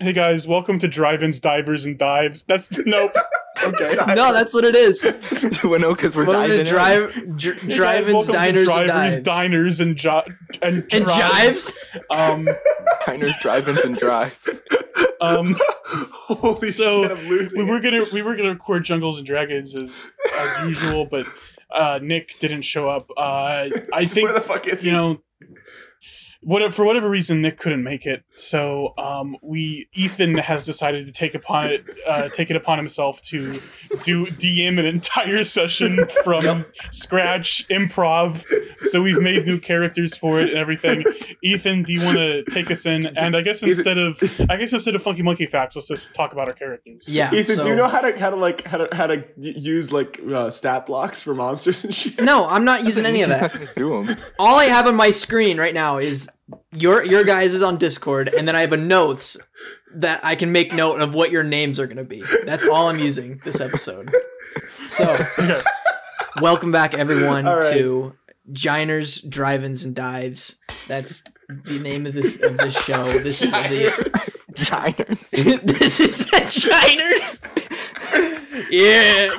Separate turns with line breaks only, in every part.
Hey guys, welcome to Drive-ins, Divers, and Dives. That's nope.
Okay.
No, that's what it is.
we know because we're
Welcome
diving
to
in.
drive, dr-
Hey guys,
drive-ins,
welcome to
diners, and
drivers,
dives.
diners, and jo- and,
and
drives.
jives.
Um,
Diners, drive-ins, and drives.
um,
Holy
So,
shit, I'm losing.
we
it.
were gonna we were gonna record Jungles and Dragons as as usual, but uh, Nick didn't show up. Uh, I think
Where the fuck is he?
you know what for whatever reason Nick couldn't make it, so um, we Ethan has decided to take upon it uh, take it upon himself to do DM an entire session from scratch improv. So we've made new characters for it and everything. Ethan, do you want to take us in? And I guess
Ethan-
instead of I guess instead of funky monkey facts, let's just talk about our characters.
Yeah.
Ethan,
so-
do you know how to how to like how to how to y- use like uh, stat blocks for monsters and shit?
No, I'm not using any of that.
Do them.
All I have on my screen right now is your your guys is on Discord, and then I have a notes that I can make note of what your names are gonna be. That's all I'm using this episode. So,
Okay.
welcome back everyone
All right.
to Giners, Drive-ins, and Dives. That's the name of this of this show. This is the
Diners.
this is the Chiners. yeah.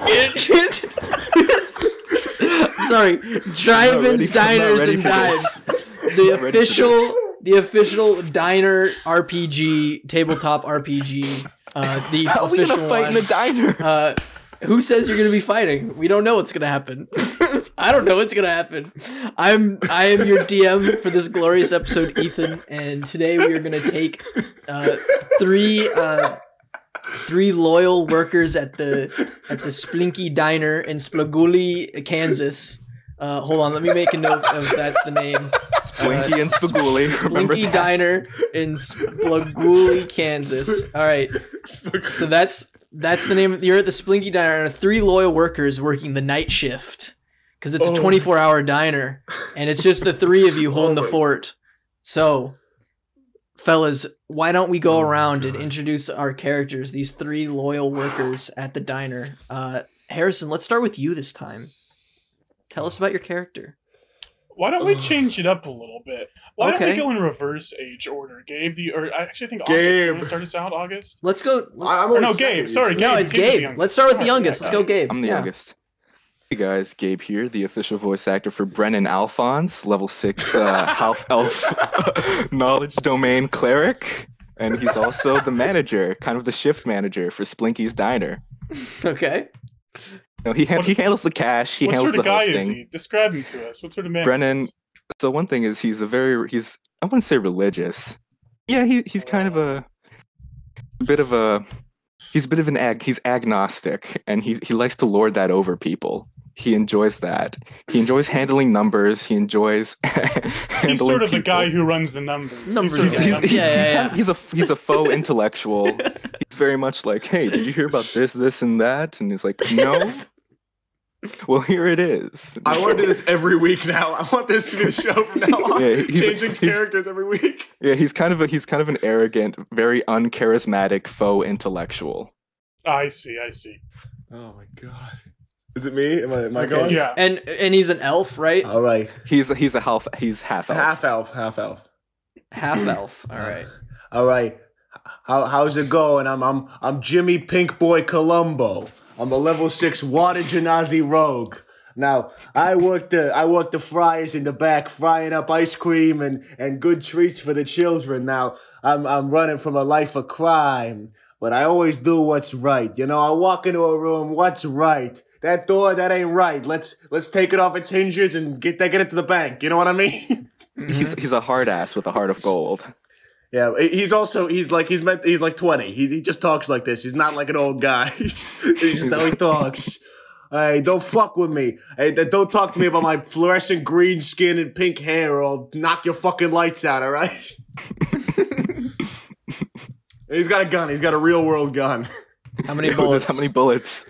get it. Sorry, drive-ins,
I'm not ready- I'm not
diners,
ready
and
for
dives.
this.
The
not ready for
official, the official diner RPG, tabletop RPG. Uh, the
How are we
official
gonna fight in
one.
a diner?
Uh, who says you're gonna be fighting? We don't know what's gonna happen. I don't know what's gonna happen. I'm I am your DM for this glorious episode, Ethan, and today we are gonna take uh, three uh, three loyal workers at the at the Splinky Diner in Splaguli, Kansas. Uh, hold on, let me make a note of that's the name. Uh,
Blinky and Spaguli. Remember
Splinky
that?
Diner in Splaguli, Kansas. All right. So that's that's the name. Of, you're at the Splinky Diner, and three loyal workers working the night shift because it's a
Oh.
24 hour diner, and it's just the three of you
Oh
holding the
my-
fort. So, fellas, why don't we go
Oh my
around and
God.
introduce our characters? These three loyal workers at the diner. Uh, Harrison, let's start with you this time. Tell us about your character.
Why don't we change it up a little bit? Why don't
Okay.
we go in reverse age order? Gabe, the or I actually think August. Do you want
Gabe.
to start us out, August?
Let's go.
I, I'm
Or
always
no,
second
Gabe. Sorry,
usually.
No,
Gabe,
it's
Gabe is the
Gabe.
youngest.
Let's start with the
Sorry,
youngest.
yeah,
Let's go,
sorry.
Gabe.
I'm the
Yeah.
youngest. Hey guys, Gabe here, the official voice actor for Brennan Alphonse, level six uh, half elf knowledge domain cleric, and he's also the manager, kind of the shift manager for Splinky's Diner.
Okay.
No, he, ha-
What-
he handles the cash. He
what
handles
sort of
the
guy
hosting.
is he? Describe him to us. What sort of man?
Brennan-
Is
So one thing is he's a very he's I wouldn't say religious. Yeah, he he's kind of a, a bit of a he's a bit of an ag he's agnostic and he he likes to lord that over people. He enjoys that. He enjoys handling numbers. He enjoys
this?
handling
He's sort of the guy
people.
who runs the numbers.
Numbers
He's, sort of
He's,
the
guy.
he's,
numbers.
he's,
Yeah, yeah,
he's
yeah.
kind of- he's a he's a faux intellectual. He's very much like, hey, did you hear about this, this, and that? And he's like, no. well, here it is.
I want to do this every week now. I want this to be the show from now on.
Yeah, he's-
Changing
he's-
characters every week.
Yeah, he's kind of a he's kind of an arrogant, very uncharismatic faux intellectual.
I see. I see.
Oh my god. Is it me? Am I, am I
Okay.
going?
Yeah.
And and he's an elf, right?
All right.
He's a, he's a half he's half elf.
Half elf. Half elf.
Half elf. All right.
All right. How, how's it going? I'm I'm I'm Jimmy Pink Boy Columbo. I'm a level six water Janazi rogue. Now I work the I work the fryers in the back, frying up ice cream and and good treats for the children. Now I'm I'm running from a life of crime. but I always do what's right. You know, I walk into a room, what's right? That door, that ain't right. Let's let's take it off its hinges and get that get it to the bank. You know what I mean?
He's
mm-hmm.
he's a hard ass with a heart of gold.
yeah, he's also he's like he's meant he's like twenty. He, he just talks like this. He's not like an old guy. he's just how he talks. Hey, don't fuck with me. Hey, th- don't talk to me about my fluorescent green skin and pink hair, or I'll knock your fucking lights out. All right. he's got a gun. He's got a real world gun.
How many
That's
bullets?
How many bullets?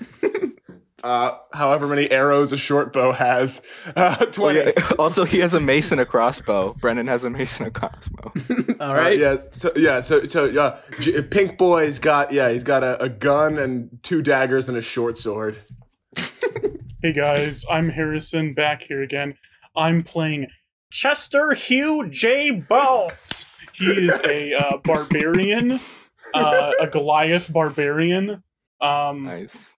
Uh, however many arrows a short bow has. Uh,
Oh,
Twenty.
yeah. Also, he has a mace and a crossbow. Brennan has a mace and a crossbow.
Uh,
All
Oh,
right.
yeah. So, yeah. So, so yeah. J- Pink Boy's got yeah. He's got a, a gun and two daggers and a short sword.
Hey guys, I'm Harrison back here again. I'm playing Chester Hugh J. Bolt. He is a uh, barbarian, uh, a Goliath barbarian. Um,
Nice.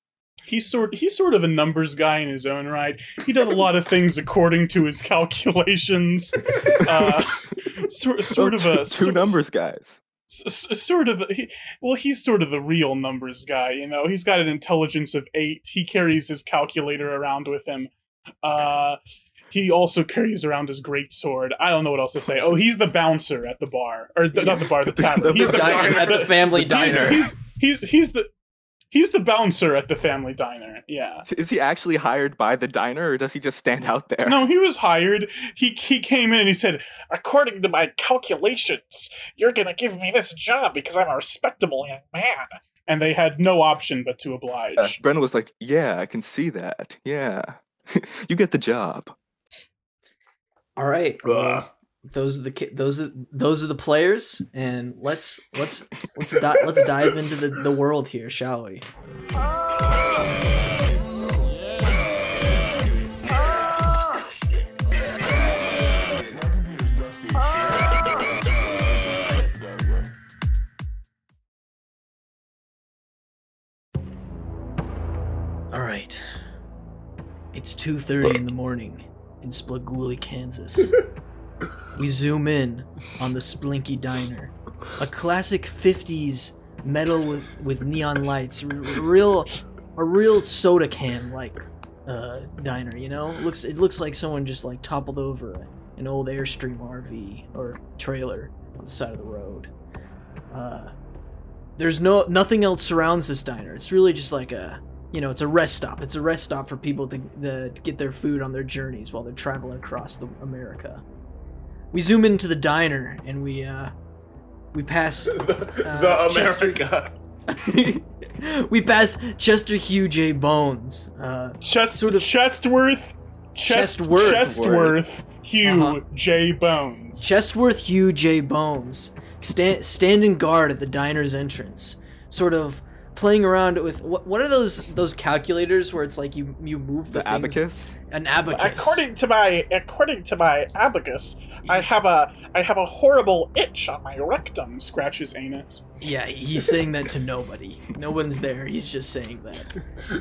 he's sort he's sort of a numbers guy in his own right. He does a lot of things according to his calculations. Uh, sort sort
Oh,
of
two-
a
two
sort-
numbers guys.
s- s- sort of he, well he's sort of the real numbers guy you know he's got an intelligence of eight he carries his calculator around with him uh he also carries around his great sword i don't know what else to say oh he's the bouncer at the bar or th- not the bar the
The
tavern he's the,
Diner,
bouncer
at the family diner.
he's, he's he's he's the he's the bouncer at the family diner yeah
Is he actually hired by the diner, or does he just stand out there?
no, he was hired. He he came in and he said, "According to my calculations, you're gonna give me this job because I'm a respectable young man." And they had no option but to oblige.
Uh, Brennan was like, "Yeah, I can see that. Yeah, you get the job."
All right.
Ugh.
Those are the ki- those are those are the players, and let's let's let's di- let's dive into the, the world here, shall we? All right. It's 2:30 in the morning in Splagoolie, Kansas. we zoom in on the Splinky Diner, a classic 50s metal with, with neon lights, r- real a real soda can like uh, diner, you know? Looks it looks like someone just like toppled over an old Airstream RV or trailer on the side of the road. Uh, there's no nothing else surrounds this diner. It's really just like a you know, it's a rest stop. It's a rest stop for people to, the, to get their food on their journeys while they're traveling across the America. We zoom into the diner and we uh, we pass
Uh,
the
Chester-
America.
we pass Chester Hugh J. Bones. Uh,
Chest
sort of-
Chestworth, Chest,
Chestworth.
Chestworth, Hugh
Uh-huh.
J Bones.
Chestworth Hugh J. Bones, sta- standing guard at the diner's entrance, sort of playing around with what, what are those those calculators where it's like you you move the,
The
things-
abacus.
an abacus.
According to my according to my abacus, I have a I have a horrible itch on my rectum. Scratches anus.
Yeah, he's saying that to nobody. No one's there. He's just saying that.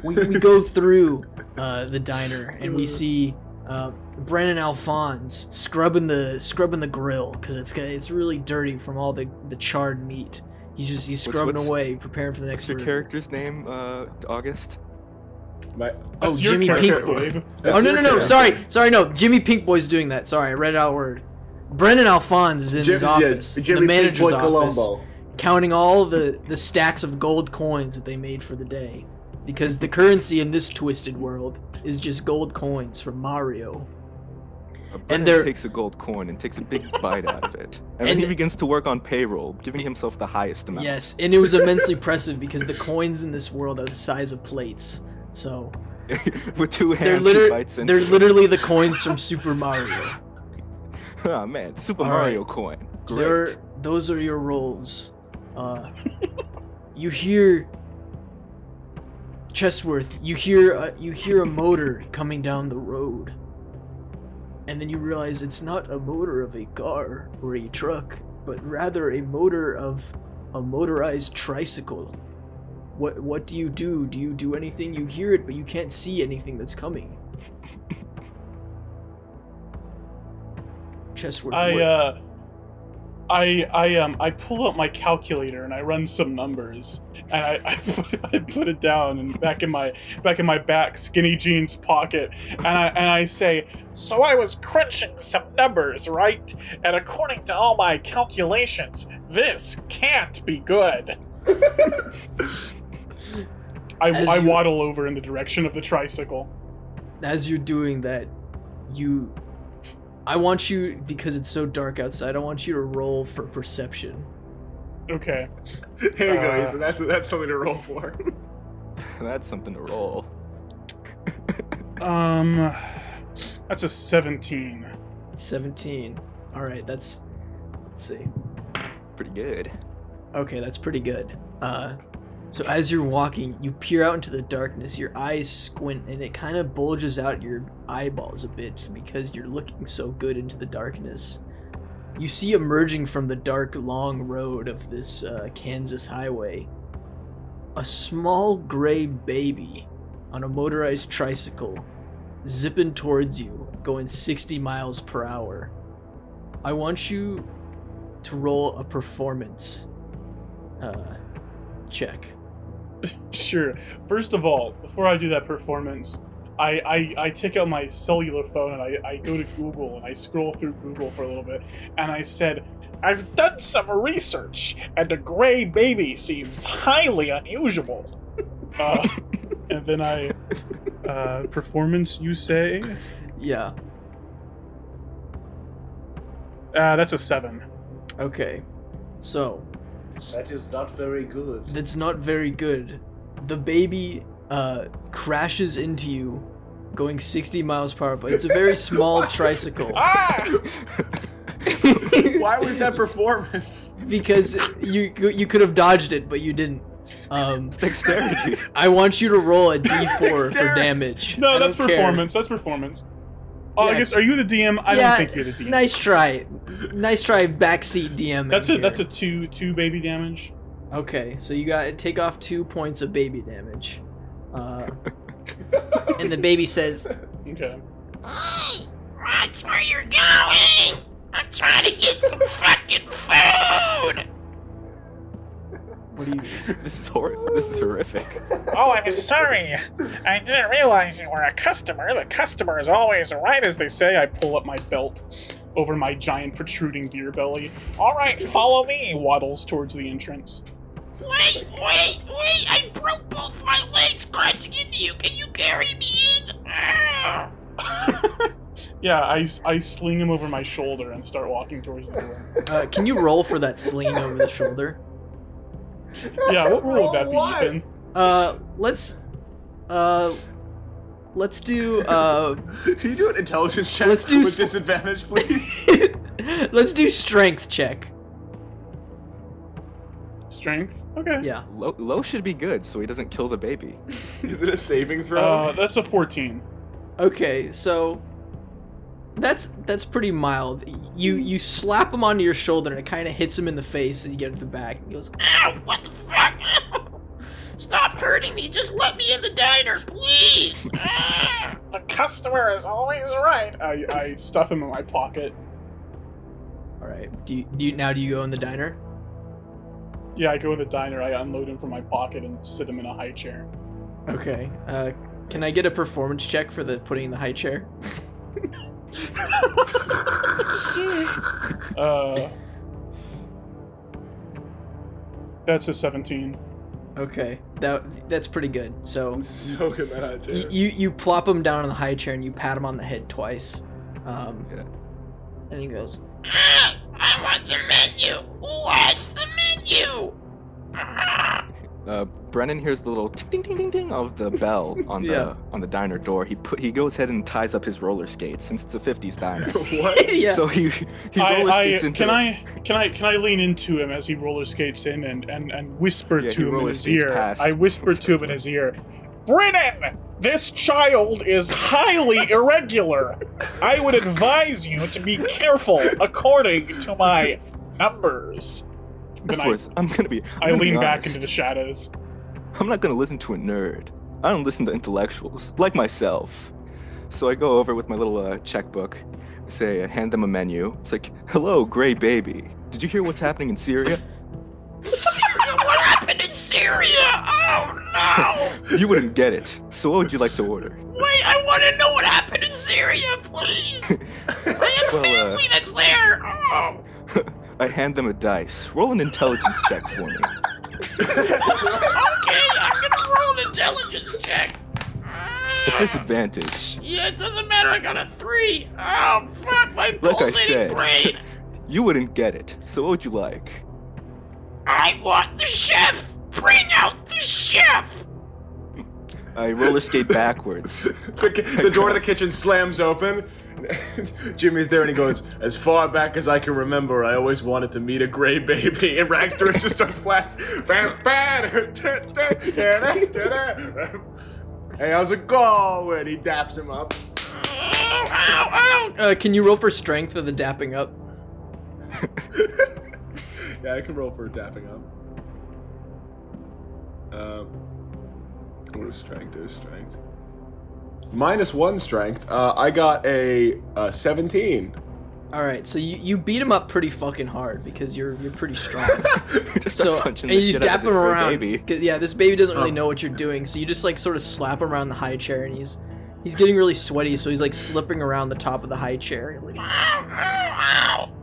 We, we go through uh, the diner and we see uh, Brandon Alphonse scrubbing the scrubbing the grill because it's got- it's really dirty from all the, the charred meat. He's just he's
What's-
scrubbing
what's-
away, preparing for the next
What's your
burger.
character's name? Uh, August.
My,
Oh,
That's
Jimmy
your character,
Pinkboy.
Babe.
Oh no no no! Sorry sorry no. Jimmy Pinkboy's doing that. Sorry, I read it out word. Brendan Alphonse is in his office,
Jimmy
the
Pink
manager's
Boy
office, counting all the the stacks of gold coins that they made for the day, because the currency in this twisted world is just gold coins from Mario.
Uh, Brennan
there-
takes a gold coin and takes a big bite out of it, and, then
And-
he begins to work on payroll, giving himself the highest amount.
Yes, and it was immensely impressive because the coins in this world are the size of plates. So
With two hands,
they're
he
literally
bites into
they're
it.
literally the coins from Super Mario.
Oh man, Super
All right.
Mario coin. Great.
There, those are your roles. Uh, you hear Chesworth. You hear uh, you hear a motor coming down the road, and then you realize it's not a motor of a car or a truck, but rather a motor of a motorized tricycle. What what do you do? Do you do anything? You hear it, but you can't see anything that's coming. Chesworth.
I
what-
uh I I um I pull out my calculator and I run some numbers and I, I, put, I put it down and back in my back in my back skinny jeans pocket and I and I say so I was crunching some numbers right and according to all my calculations this can't be good. I,
As
I
you-
waddle over in the direction of the tricycle.
as you're doing that, you I want you because it's so dark outside, I want you to roll for perception.
Okay.
There you go.
Uh,
Ethan. That's that's something to roll for.
That's something to roll.
Um, that's a 17.
17. All right, that's let's see.
Pretty good.
Okay, that's pretty good. Uh so as you're walking, you peer out into the darkness. Your eyes squint and it kind of bulges out your eyeballs a bit because you're looking so good into the darkness. You see emerging from the dark long road of this uh, Kansas highway a small gray baby on a motorized tricycle zipping towards you going 60 miles per hour. I want you to roll a performance uh, check.
Sure. First of all, before I do that performance, I, I, I take out my cellular phone and I, I go to Google and I scroll through Google for a little bit and I said, I've done some research and a gray baby seems highly unusual. Uh, and then I. Uh, performance, you say?
Yeah.
Uh, that's a seven.
Okay. So
That is not very good.
that's not very good. The baby uh, crashes into you, going 60 miles per hour, but it's a very small tricycle.
Ah!
Why was that performance?
because you you could have dodged it, but you didn't. Um,
Dexterity.
I want you to roll a d4 for
Dexterity.
damage. I
No, that's
don't care.
performance. That's performance. Oh, I
Yeah.
guess are you the DM? I
Yeah,
don't think you're the DM.
Nice try, nice try, backseat DM.
That's
in
a that's a
here.
two two baby damage.
Okay, so you got to take off two points of baby damage, uh, and the baby says,
Okay.
Hey, that's where you're going! I'm trying to get some fucking food!
"What do you?"
this is hor- This is horrific.
Oh, I'm sorry. I didn't realize you were a customer. The customer is always right, as they say. I pull up my belt over my giant protruding beer belly. All right, follow me. Waddles towards the entrance.
Wait, wait, wait! I broke both my legs crashing into you! Can you carry me in? Ah.
Yeah, I, s- I sling him over my shoulder and start walking towards the door.
Uh, can you roll for that sling over the shoulder?
Yeah, what rule
Roll
would that be,
Oh, what?
Ethan?
Uh, let's, uh, let's do uh,
Can you do an intelligence check
Let's do
with
sl-
disadvantage, please?
let's do strength check.
Strength. Okay.
Yeah.
Lo, Lo should be good, so he doesn't kill the baby.
Is it a saving throw?
Uh, that's a fourteen.
Okay, so that's that's pretty mild. You you slap him onto your shoulder and it kind of hits him in the face as you get to the back. He goes,
Ow, what the fuck? Stop hurting me! Just let me in the diner, please! Ah.
The customer is always right. I, I stuff him in my pocket.
"All right, do you, do you now? Do you go in the diner?
Yeah, I go to the diner. I unload him from my pocket and sit him in a high chair.
Okay. Uh, can I get a performance check for the putting in the high chair?
Uh, that's a seventeen.
Okay, that that's pretty good. So
so good that hot
you
chair.
you, you plop him down on the high chair and you pat him on the head twice. Um,
Yeah.
and he goes,
Ah, I want the menu! What's the menu? Ah.
Uh, Brennan hears the little ting ting ting ting ting of the bell on the
Yeah.
on the diner door. He put he goes ahead and ties up his roller skates since it's a '50s diner.
what?
"Yeah,
So he he roller
I, I
skates into
can
it.
I can I can I lean into him as he roller skates in and and and whisper
Yeah, he
to him in
roller
his
skates
ear.
past.
I whisper to him in his ear. Brennan, this child is highly irregular. I would advise you to be careful according to my numbers.
Of
Then I-
course, I, am gonna be. I'm
I
gonna be
lean back
honest.
into the shadows.
I'm not gonna listen to a nerd. I don't listen to intellectuals like myself. So I go over with my little uh, checkbook, say, uh, hand them a menu. It's like, hello, gray baby. Did you hear what's happening in Syria?
Syria, what happened in Syria? Oh no!
You wouldn't get it. So what would you like to order?
Wait, I want to know what happened in Syria, please. I have
Well, uh,
family that's there. Oh,
I hand them a dice. Roll an intelligence check for me.
okay, I'm gonna roll an intelligence check.
At
Uh,
disadvantage.
yeah, it doesn't matter. I got a three. Oh fuck, my
Like I
pulsating
said.
brain.
You wouldn't get it. So what would you like?
I want the chef. Bring out the chef.
I roller skate backwards.
The, ki- the door to the kitchen slams open.
Jimmy's there and he goes, As far back as I can remember, I always wanted to meet a gray baby. And Ragsdor just starts blasting. Bam, bam, da, da, da, da, da. Hey, how's it going? He daps him up.
Oh, ow, ow.
Uh, can you roll for strength of the dapping up?
Yeah, I can roll for dapping up. Um, what is strength? There's strength. Minus one strength. Uh, I got a, uh 17.
All right, so you, you beat him up pretty fucking hard because you're you're pretty strong.
Just start
so
punching
and
the
you
shit out
dap
of
him
this gray
around.
baby. Oh.
'cause, Yeah, this baby doesn't really know what you're doing, so you just like sort of slap him around the high chair, and he's he's getting really sweaty, so he's like slipping around the top of the high chair. Like,
Ow, ow, ow.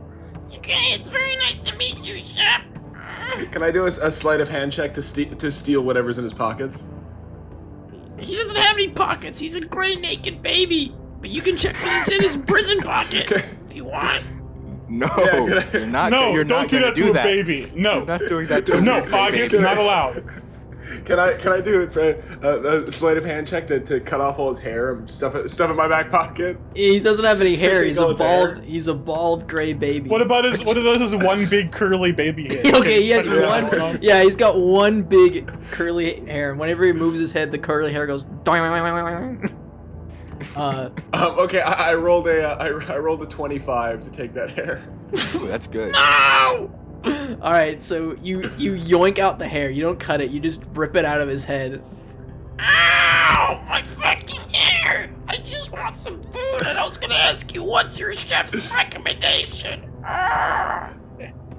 Okay, it's very nice to meet you, chef. Uh,
Can I do a, s- a sleight of hand check to, ste- to steal whatever's in his pockets?
He doesn't have any pockets. He's a gray naked baby. But you can check what's in his prison pocket if you want.
No,
Yeah, can I-
you're not.
no,
you're
don't
not
do
gonna
that to
do
a
that.
baby.
You're
No,
not doing that to a
no,
gray
August,
baby.
not allowed.
Can I can I do it for uh, a, a sleight of hand check to, to cut off all his hair and stuff it, stuff it in my back pocket?
he doesn't have any hair.
Picking
He's a
all his hair.
bald he's a bald gray baby.
What about his? What about his one big curly baby uh, head?
okay, he has
put it
one.
on.
Yeah, he's got one big curly hair, and whenever he moves his head, the curly hair goes. Uh,
Um, okay, I, I rolled a uh, I, I rolled a 25 to take that hair.
Ooh, that's good.
No!
all right, so you you yoink out the hair. You don't cut it. You just rip it out of his head.
Ow! My fucking hair! I just want some food and I was gonna ask you what's your chef's recommendation. Ah.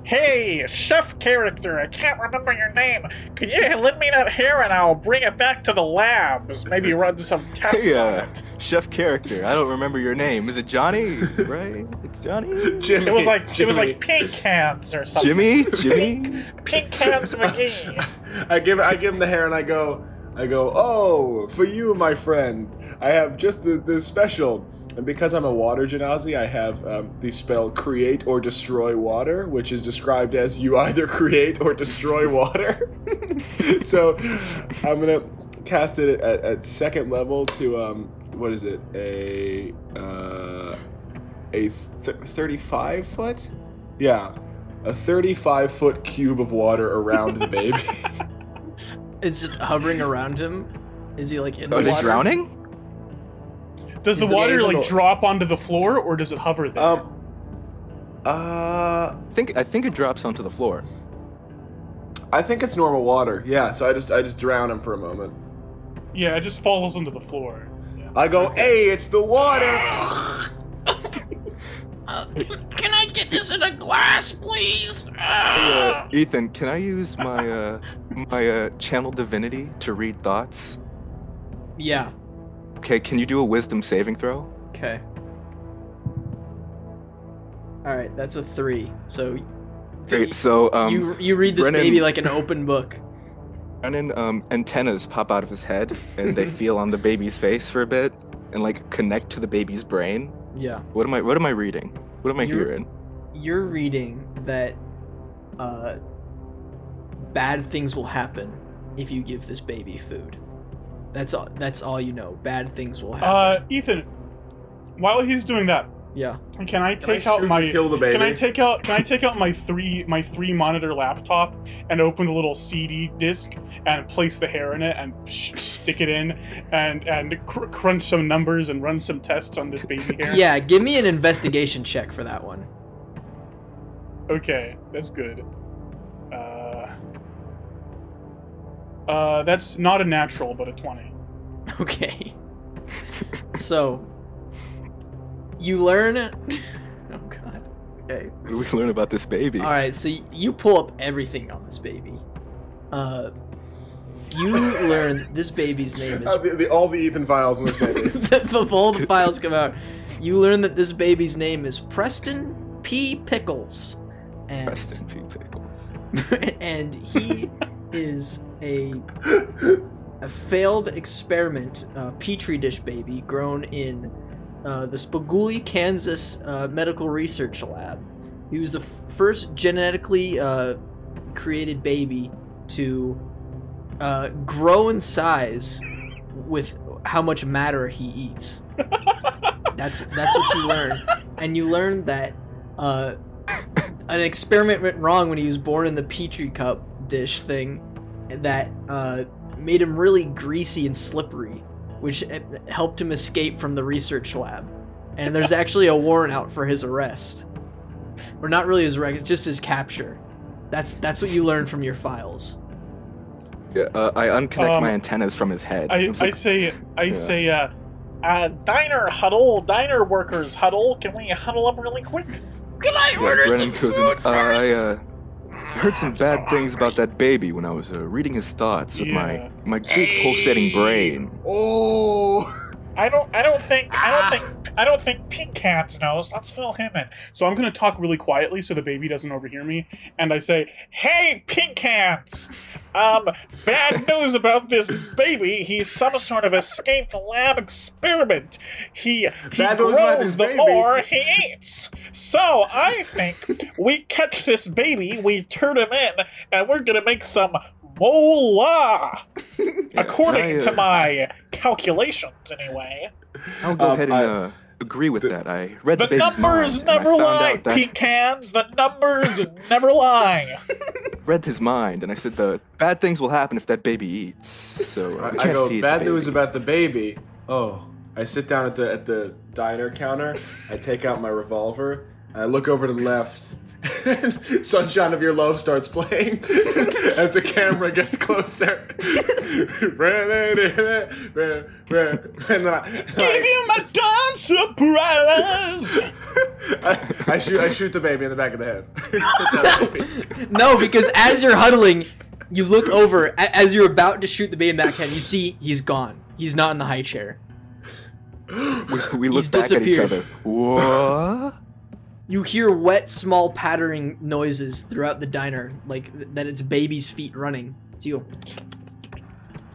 Hey, chef character, I can't remember your name. Could you lend me that hair and I'll bring it back to the labs? Maybe run some tests
Hey,
on
uh,
it.
chef character. I don't remember your name. Is it Johnny? Right? It's Johnny.
Jimmy,
It was like it was
Jimmy.
like pink hands or something.
Jimmy. Jimmy.
Pink hands McGee.
I give I give him the hair and I go I go, "Oh, for you, my friend. I have just the, the special." And because I'm a water genasi, I have um, the spell create or destroy water, which is described as you either create or destroy water. so I'm gonna cast it at, at second level to um, what is it? A uh, a th- 35 foot? Yeah, a 35 foot cube of water around the baby.
It's just hovering around him. Is he like in the
Are Oh, they
water?
drowning?
Does the
He's the
water
gayest
like
adult.
drop onto the floor, or does it hover there?
um,
Uh, I think I think it drops onto the floor.
I think it's normal water. Yeah, so I just I just drown him for a moment.
yeah, it just falls onto the floor.
I go, hey, it's the water.
Uh, can, can I get this in a glass, please? Ah.
Uh, Ethan, can I use my uh my uh channel divinity to read thoughts?
Yeah.
Okay, can you do a wisdom saving throw?
Okay. All right, that's a three. So
Great. So um,
you you read this
Brennan-
baby like an open book.
Brennan, um, antennas pop out of his head, and they feel on the baby's face for a bit, and like connect to the baby's brain.
Yeah.
What am I? What am I reading? What am I
You're-
hearing?
You're reading that uh bad things will happen if you give this baby food. That's all that's all you know. Bad things will happen.
Uh, Ethan, while he's doing that,
yeah.
can I
Can I
take
shoot
out
and
my?
kill the baby?
Can I take out? Can I take out my three my three monitor laptop and open the little CD disc and place the hair in it and sh- stick it in and and cr- crunch some numbers and run some tests on this baby hair?
Yeah, give me an investigation check for that one.
Okay, that's good. Uh, uh, that's not a natural, but a twenty.
Okay. so you learn Oh god. Okay.
What do we learn about this baby?
All right, so y- you pull up everything on this baby. Uh, you learn this baby's name
Uh,
is.
the, the, all the Ethan files in this baby.
the, the bold files come out. You learn that this baby's name is Preston P. Pickles, and
Preston P. Pickles.
and he is a a failed experiment uh, petri dish baby grown in uh, the Spaguli, Kansas uh, Medical Research Lab. He was the f- first genetically uh, created baby to uh, grow in size with how much matter he eats. That's that's what you learn, and you learn that uh, an experiment went wrong when he was born in the petri cup dish thing that uh, made him really greasy and slippery, which eh, helped him escape from the research lab. And there's actually a warrant out for his arrest, or not really his arrest, just his capture. That's that's what you learn from your files.
Yeah, uh, I unconnect
Um,
my antennas from his head.
I,
was
I
like,
say I
Yeah.
say uh,
Uh, diner huddle, diner workers huddle. Can we huddle up really quick?
Can I
yeah,
order
Brennan
some
goes in,
food
uh, I
first?
uh, heard some
I'm so
bad things
hungry.
about that baby when I was uh, reading his thoughts with
Yeah.
my my big pulsating brain.
Oh,
I don't. I don't think. I don't
Ah.
think. I don't think Pink Cats knows. Let's fill him in.
so I'm gonna talk really quietly so the baby doesn't overhear me, and I say,
Hey, Pink Cats! Um, bad news about this baby. He's some sort of escaped lab experiment. He he
Bad news about
grows
this
the
baby.
more he eats. So I think we catch this baby, we turn him in, and we're gonna make some moolah. according
I, uh,
to my calculations, anyway.
I'll go
Um,
ahead and
I-
uh, agree with that. I read the,
The
baby's
numbers
mind, and I
never
found
lie,
out that-
pecans. The numbers never lie.
read his mind, and I said the bad things will happen if that baby eats. So uh,
I,
we
I
can't
go.
feed the
Bad news
baby."
about the baby. Oh, I sit down at the at the diner counter. I take out my revolver. and I look over to the left, and "Sunshine of Your Love" starts playing as the camera gets closer. and I,
Give
I,
him a dance surprise.
I, I shoot. I shoot the baby in the back of the head.
No, because as you're huddling, you look over a- as you're about to shoot the baby in the backhand. You see he's gone. He's not in the high chair.
we, we look
He's
back at each
disappeared.
other. What?
You hear wet, small pattering noises throughout the diner, like th- that it's baby's feet running. So you, go,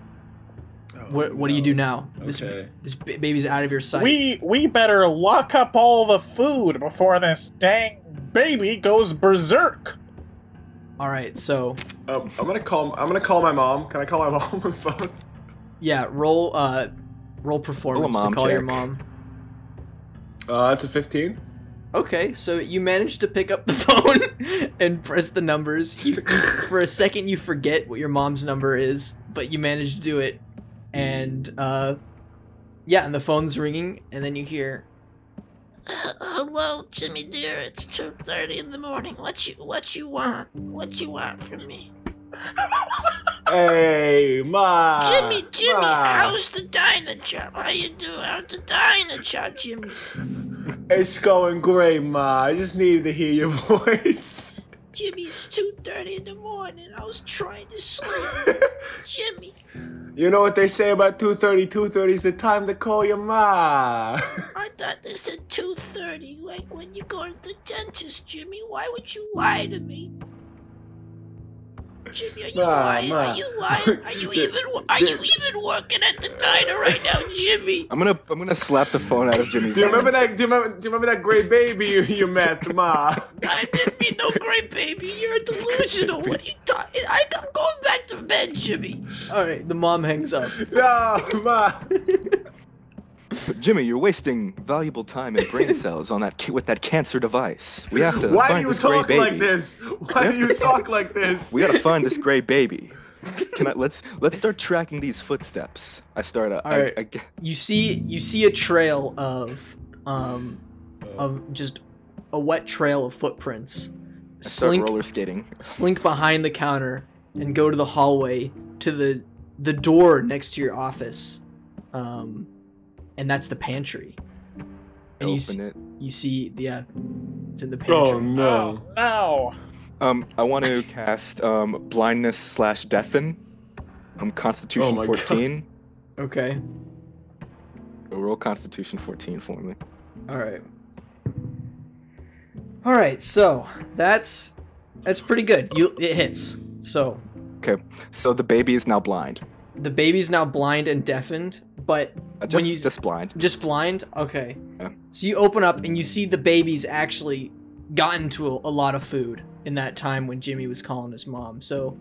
what, what do you do now? This
Oh, Okay.
this ba- baby's out of your sight.
We we better lock up all the food before this dang baby goes berserk.
All right, so
Um, I'm gonna call. I'm gonna call my mom. Can I call my mom on the phone?
yeah, roll uh, roll performance to
mom
call your
check.
mom.
Uh, that's a 15.
Okay, so you manage to pick up the phone and press the numbers. You, for a second, you forget what your mom's number is, but you manage to do it. And uh, yeah, and the phone's ringing, and then you hear
Uh, hello, Jimmy dear. It's two thirty in the morning. What you what you want? What you want from me?
Hey, ma.
Jimmy, Jimmy,
ma.
how's the diner job? How you doing? How's the diner job, Jimmy?
It's going great, ma. I just needed to hear your voice.
Jimmy, it's two thirty in the morning. I was trying to sleep. Jimmy,
you know what they say about 2:30? 2:30 is the time to call your ma.
I thought they said two thirty, like when you go to the dentist, Jimmy. Why would you lie to me? Jimmy, are you
Ma,
lying?
ma.
Are you lying? Are you
Di-
even are you even working at the diner right now, Jimmy?
I'm gonna I'm gonna slap the phone out of Jimmy's.
do you remember
hand.
that? Do you remember, do you remember that great baby you, you met, ma?
I didn't mean no great baby. You're delusional. What are you talking? I- I'm going back to bed, Jimmy.
All right, the mom hangs up.
No, ma.
Jimmy, you're wasting valuable time and brain cells on that ca- with that cancer device. We have to
Why do
find
you
this gray
talk
baby.
like this? Why do you talk like this?
We gotta find this gray baby. Can I let's let's start tracking these footsteps. I start uh, I,
Alright.
I g-
You see, you see a trail of, um,
Oh.
of just a wet trail of footprints.
I start
Slink,
roller skating.
slink behind the counter and go to the hallway to the the door next to your office, um, and that's the pantry.
I
And you see,
open it.
you see, yeah, It's in the pantry.
Oh no.
Oh, no.
Um, I want to cast um blindness slash deafen. Um,
Oh
Constitution
my God.
fourteen.
Okay.
So roll Constitution fourteen for me.
All right. All right. So that's that's pretty good. You it hits. So
So the baby is now blind.
the baby's now blind and deafened, but
Uh,
When
just,
you-
just blind.
just blind. Okay.
Yeah.
So you open up and you see the baby's actually gotten to a, a lot of food in that time when Jimmy was calling his mom. So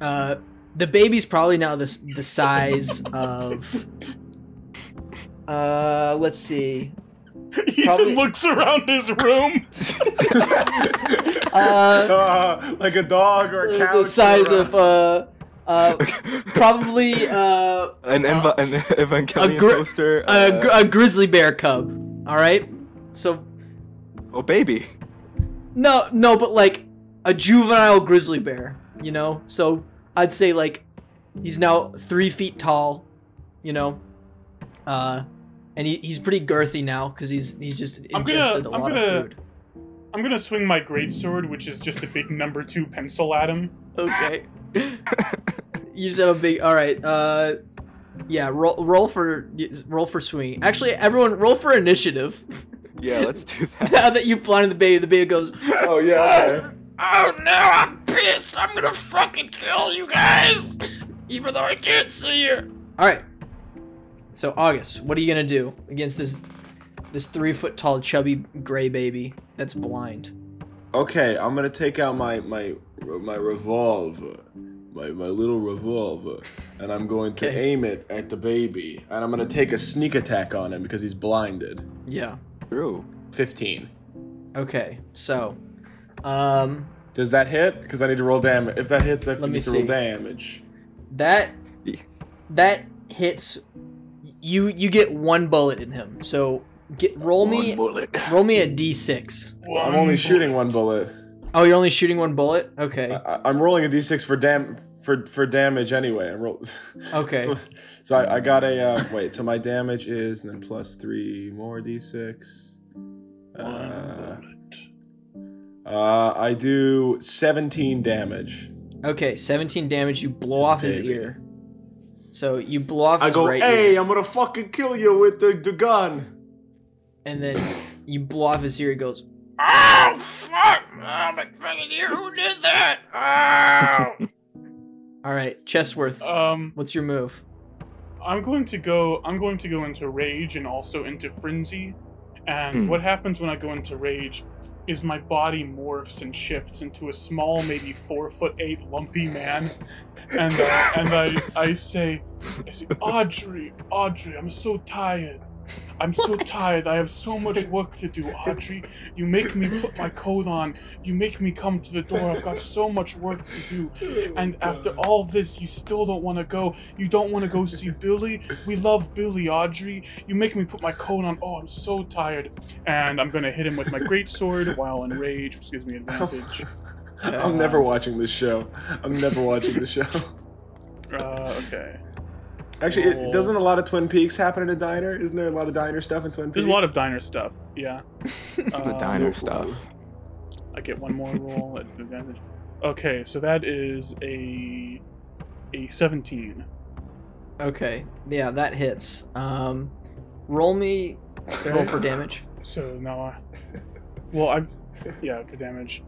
uh, the baby's probably now the s- the size of. Uh, let's see.
Ethan
Probably-
looks around his room.
Uh,
Ah, like a dog or a
the,
couch.
the size
or a-
of uh uh probably uh
an,
uh,
Eva- an Evangelion
a gri-
poster.
a,
uh,
gr- a grizzly bear cub all right so
oh baby.
no no but like a juvenile grizzly bear you know so i'd say like he's now three feet tall you know uh and he, he's pretty girthy now because he's he's just
I'm gonna-
ingested a
I'm
lot
gonna-
of food
I'm gonna swing my great sword, which is just a big number two pencil at him.
okay you just have a big all right uh yeah roll roll for roll for swing actually everyone roll for initiative
Yeah, let's do that.
now that you blind the baby, the baby goes,
Oh yeah.
Oh no, I'm pissed. I'm gonna fucking kill you guys. Even though I can't see you.
"All right." So August, what are you gonna do against this this three foot tall chubby gray baby that's blind?
Okay, I'm gonna take out my my my revolver, my my little revolver, and I'm going to
Okay.
aim it at the baby, and I'm gonna take a sneak attack on him because he's blinded.
Yeah.
True.
Fifteen.
Okay. So, um,
Does that hit? Because I need to roll damage. If that hits, I
Let me
need to roll
see.
damage.
that
Yeah.
that hits you. You get one bullet in him. So get roll me
bullet.
roll me a d six.
I'm only shooting one bullet.
Oh, you're only shooting one bullet. Okay.
I, I- I'm rolling a d6 for dam for for damage anyway. I'm roll.
Okay.
so so I, I got a uh, wait. So my damage is and then plus three more d6. Uh, uh, I do 17 damage.
Okay. Seventeen damage. You blow off his
Baby.
ear. So you blow off
I
his
go,
right ear.
hey, I'm gonna fucking kill you with the, the gun.
and then you blow off his ear. He goes,
Oh fuck! Oh my fucking ear. Who did that? Oh.
"All right, Chesworth,
Um,
what's your move?"
I'm going to go. I'm going to go into rage and also into frenzy. And
Hmm.
what happens when I go into rage is my body morphs and shifts into a small, maybe four foot eight, lumpy man. And uh, and I I say, I say, Audrey, Audrey, I'm so tired. I'm so tired. I have so much work to do, Audrey. You make me put my coat on. You make me come to the door. I've got so much work to do. And after all this, you still don't want to go. You don't want to go see Billy. We love Billy, Audrey. You make me put my coat on. Oh, I'm so tired. And I'm going to hit him with my greatsword while enraged, which gives me advantage.
I'm never watching this show. I'm never watching this show.
Uh, okay.
Actually, it,
Roll.
doesn't a lot of Twin Peaks happen in a diner? Isn't there a lot of diner stuff in Twin Peaks?
There's a lot of diner stuff. Yeah.
The
Uh,
diner stuff.
I get one more roll at advantage. Okay, so that is a a 17.
Okay, yeah, that hits. Um, roll me, roll for damage.
So now I. Well, I. Yeah, for damage.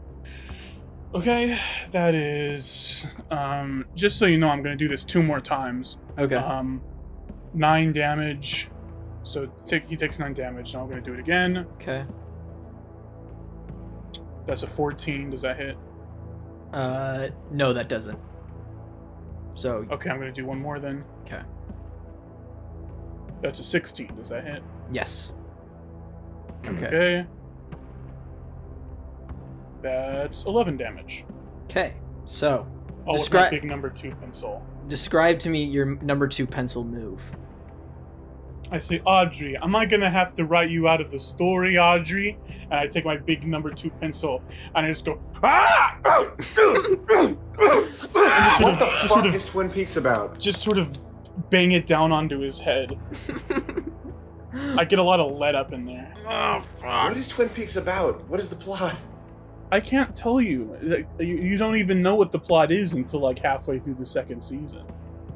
Okay, that is. Um, just so you know, I'm going to do this two more times.
Okay,
Um, nine damage. So take, he takes nine damage. Now I'm going to do it again.
okay.
That's a 14. Does that hit?
Uh, no, that doesn't. So
Okay, I'm going to do one more then.
Okay.
That's a 16. Does that hit?
yes. Okay.
Okay. That's 11 damage.
Okay. So
Oh, with
Descri-
my big number two pencil.
describe to me your number two pencil move.
I say, Audrey, am I gonna have to write you out of the story, Audrey? And I take my big number two pencil and I just go, ah!
Ah!
Sort
What
of-
the
just
fuck
sort of-
is Twin Peaks about?
Just sort of bang it down onto his head. I get a lot of lead up in there.
Oh,
What
Ah.
fuck.
is Twin Peaks about? What is the plot?
I can't tell you. Like, You you don't even know what the plot is until like halfway through the second season.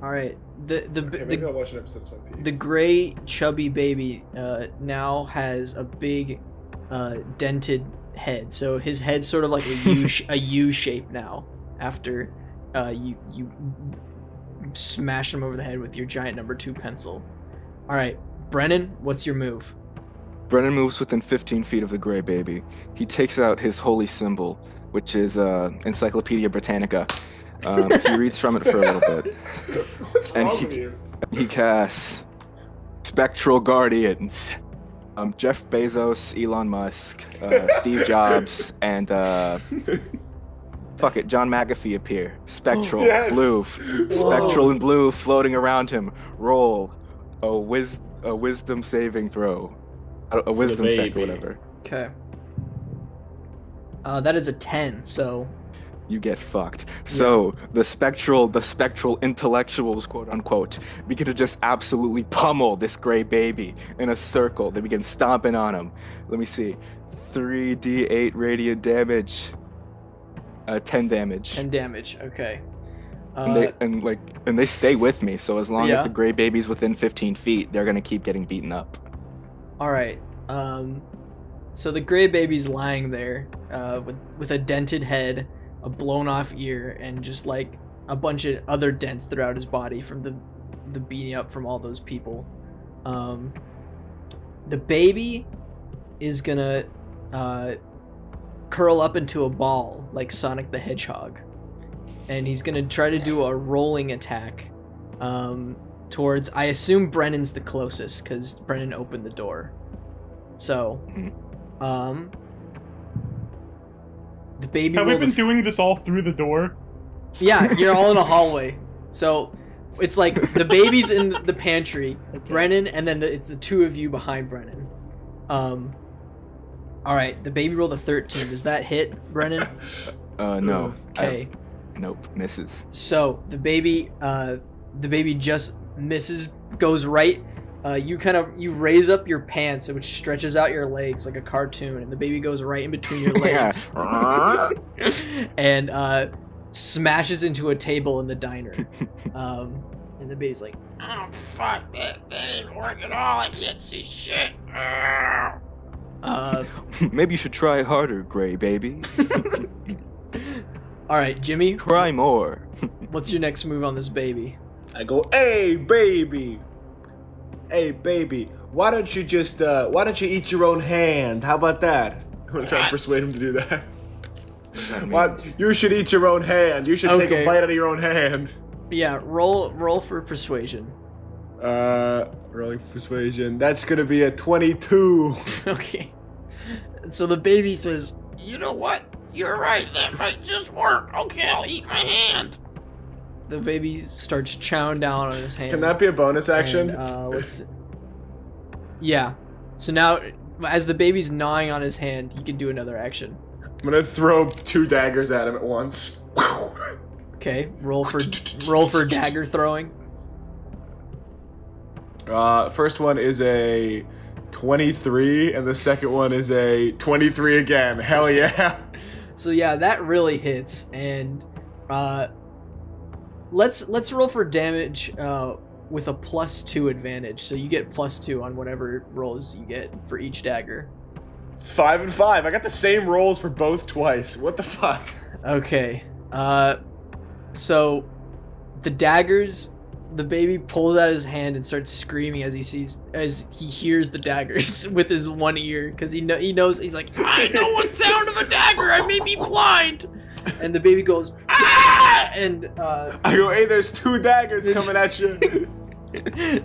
All right. The the
Okay, maybe
the,
I'll watch an episode of Twin Peaks.
the gray chubby baby uh, now has a big uh, dented head. So his head's sort of like a U sh- a U shape now after uh, you you smash him over the head with your giant number 2 pencil. All right, Brennan, what's your move?
Brennan moves within 15 feet of the gray baby. He takes out his holy symbol, which is uh, Encyclopedia Britannica. Um, he reads from it for a little bit.
What's
and
wrong
he-
with you?
He casts Spectral Guardians. Um, Jeff Bezos, Elon Musk, uh, Steve Jobs, and uh, fuck it, John McAfee appear. Spectral,
Yes.
blue, spectral
Whoa.
and blue floating around him. Roll a wis a wisdom saving throw, a, a wisdom check
baby.
or whatever.
Okay. Uh, that is a 10. So,
you get fucked. So the spectral, the spectral intellectuals, quote unquote, begin to just absolutely pummel this gray baby in a circle. They begin stomping on him. Let me see, three d eight radiant damage, uh, ten damage,
10 damage. Okay.
and,
Uh,
they, and like, and they stay with me. So as long
Yeah.
as the gray baby's within fifteen feet, they're gonna keep getting beaten up.
All right. Um, so the gray baby's lying there, uh, with with a dented head, a blown off ear, and just like a bunch of other dents throughout his body from the the beating up from all those people. Um, the baby is gonna uh, curl up into a ball like Sonic the Hedgehog, and he's gonna try to do a rolling attack. Um, towards I assume Brennan's the closest because Brennan opened the door. So um the baby
Have we
rolled a
been doing this all through the door?
yeah, you're all in a hallway. So it's like the baby's in the pantry, Brennan, and then the, it's the two of you behind Brennan. Um, all right, the baby rolled a 13. Does that hit, Brennan?
Uh, no, I-
Okay.
nope, misses.
So the baby, uh, the baby just misses, goes right. Uh, you kind of you raise up your pants, which stretches out your legs like a cartoon, and the baby goes right in between your
Yeah.
legs and uh, smashes into a table in the diner. Um, and the baby's like,
Oh, fuck. That, that didn't work at all. I can't see shit. Oh.
uh,
Maybe you should try harder, gray baby.
"All right, Jimmy,
Cry more.
what's your next move on this baby?"
I go, hey baby,
Hey, baby, why don't you just, uh, why don't you eat your own hand? How about that? I'm gonna try to persuade him to do that. Why, you should eat your own hand. You should take
Okay.
a bite out of your own hand.
Yeah, roll roll for persuasion.
Uh, rolling persuasion. That's gonna be a 22.
okay. So the baby says,
You know what? You're right. That might just work. Okay, I'll eat my hand.
the baby starts chowing down on his hand.
Can that be a bonus action?
And, uh, let's. Yeah. So now, as the baby's gnawing on his hand, you can do another action.
I'm gonna throw two daggers at him at once.
Okay. Roll for roll for dagger throwing.
Uh, first one is a 23, and the second one is a 23 again. Hell yeah.
So yeah, that really hits. And uh, let's let's roll for damage uh, with a plus two advantage. So you get plus two on whatever rolls you get for each dagger.
Five and five. I got the same rolls for both twice. What the fuck?
Okay. Uh, so the daggers. The baby pulls out his hand and starts screaming as he sees, as he hears the daggers with his one ear, because he know he knows he's like, I know what sound of a dagger. I may be blind. And the baby goes, ah! And uh,
I go, hey, there's two daggers
It's-
coming at you.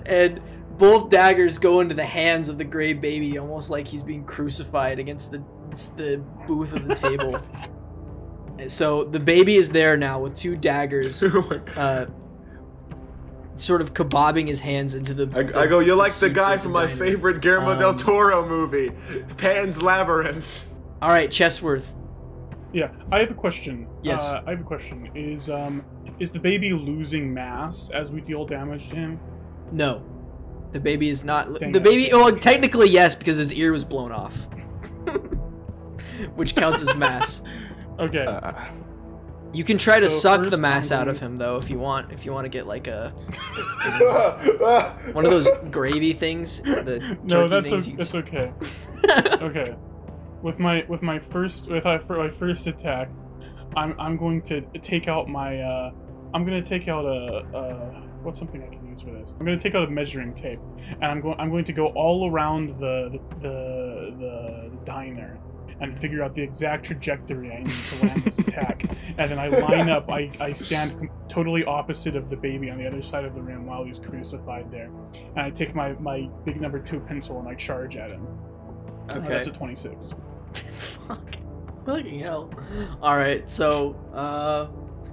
and both daggers go into the hands of the gray baby, almost like he's being crucified against the the booth of the table. and so the baby is there now with two daggers, uh, sort of kebabbing his hands into the.
I, I go, you're like the
seats
guy
of
from my
diner."
favorite Guillermo del
Um,
Toro movie, Pan's Labyrinth.
All right, Chessworth.
Yeah, I have a question.
Yes.
uh, I have a question. Is um is the baby losing mass as we deal damage to him?
No, The baby is not.
Dang
the
it.
baby. Well, technically yes, because his ear was blown off, which counts as mass.
Okay.
Uh,
You can try to
So
suck the
first
mass
I'm
out of
gonna-
him though, if you want. If you want to get like a
One
one of those gravy things, the turkey
no, that's
things.
o-
you
that's
can
okay. okay. With my with my first with my, for my first attack, I'm I'm going to take out my uh I'm gonna take out a uh what's something I could use for this? I'm gonna take out a measuring tape, and I'm going I'm going to go all around the the the, the, the diner. And figure out the exact trajectory I need to land this attack, and then I line up. I, I stand com- totally opposite of the baby on the other side of the room while he's crucified there, and I take my my big number two pencil and I charge at him. Uh,
okay.
That's a 26.
Fuck. Fucking hell. All right. So, uh,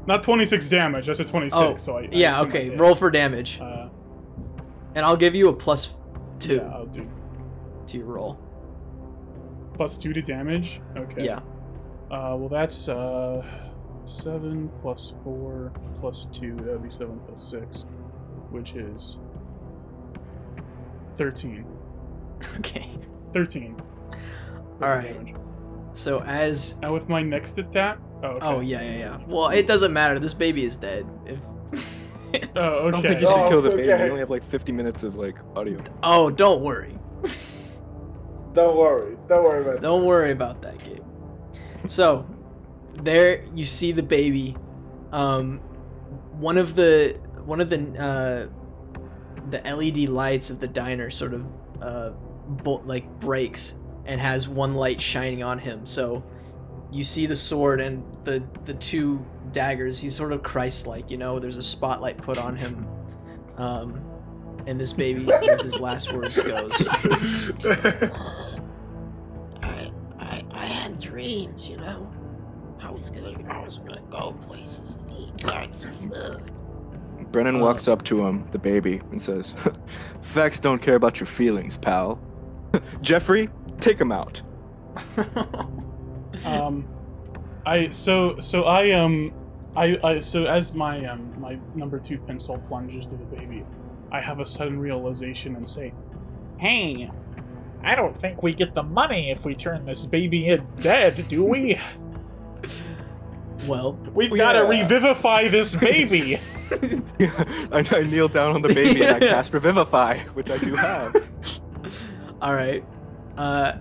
Not 26 damage, that's a 26.
Oh,
so I, I
yeah.
assume I
Okay.
hit.
Roll for damage,
Uh,
and I'll give you a plus two
yeah, I'll do.
to your roll.
Plus 2 to damage? Okay.
Yeah.
Uh, well, that's uh, 7 plus 4 plus 2. That would be 7 plus 6, which is 13.
Okay.
13.
All right.
Damage.
So as
And with my next attack. Oh, okay.
oh yeah yeah yeah. Well, it doesn't matter. This baby is dead. If
Oh,
I don't think
okay.
you should
Oh,
kill the baby.
okay.
We only have like 50 minutes of like audio.
oh, don't worry.
Don't worry. Don't worry about it.
Don't worry about that game. So, there you see the baby. Um, one of the one of the uh, the LED lights of the diner sort of uh, bo- like breaks and has one light shining on him. So you see the sword and the the two daggers. He's sort of Christ-like, you know. There's a spotlight put on him. Um, and this baby, with his last words, goes.
I, I, I had dreams, you know. I was gonna, I was gonna go places and eat lots of food.
Uh.
Brennan walks up to him, the baby, and says, Facts don't care about your feelings, pal. Jeffrey, take him out.
um, I so so I um I, I so as my um my number two pencil plunges to the baby, I have a sudden realization and say,
Hey, I don't think we get the money if we turn this baby in dead, do we?
well,
we've got to
Yeah.
revivify this baby.
I, I kneel down on the baby and I cast Revivify, which I do have.
All right. Uh,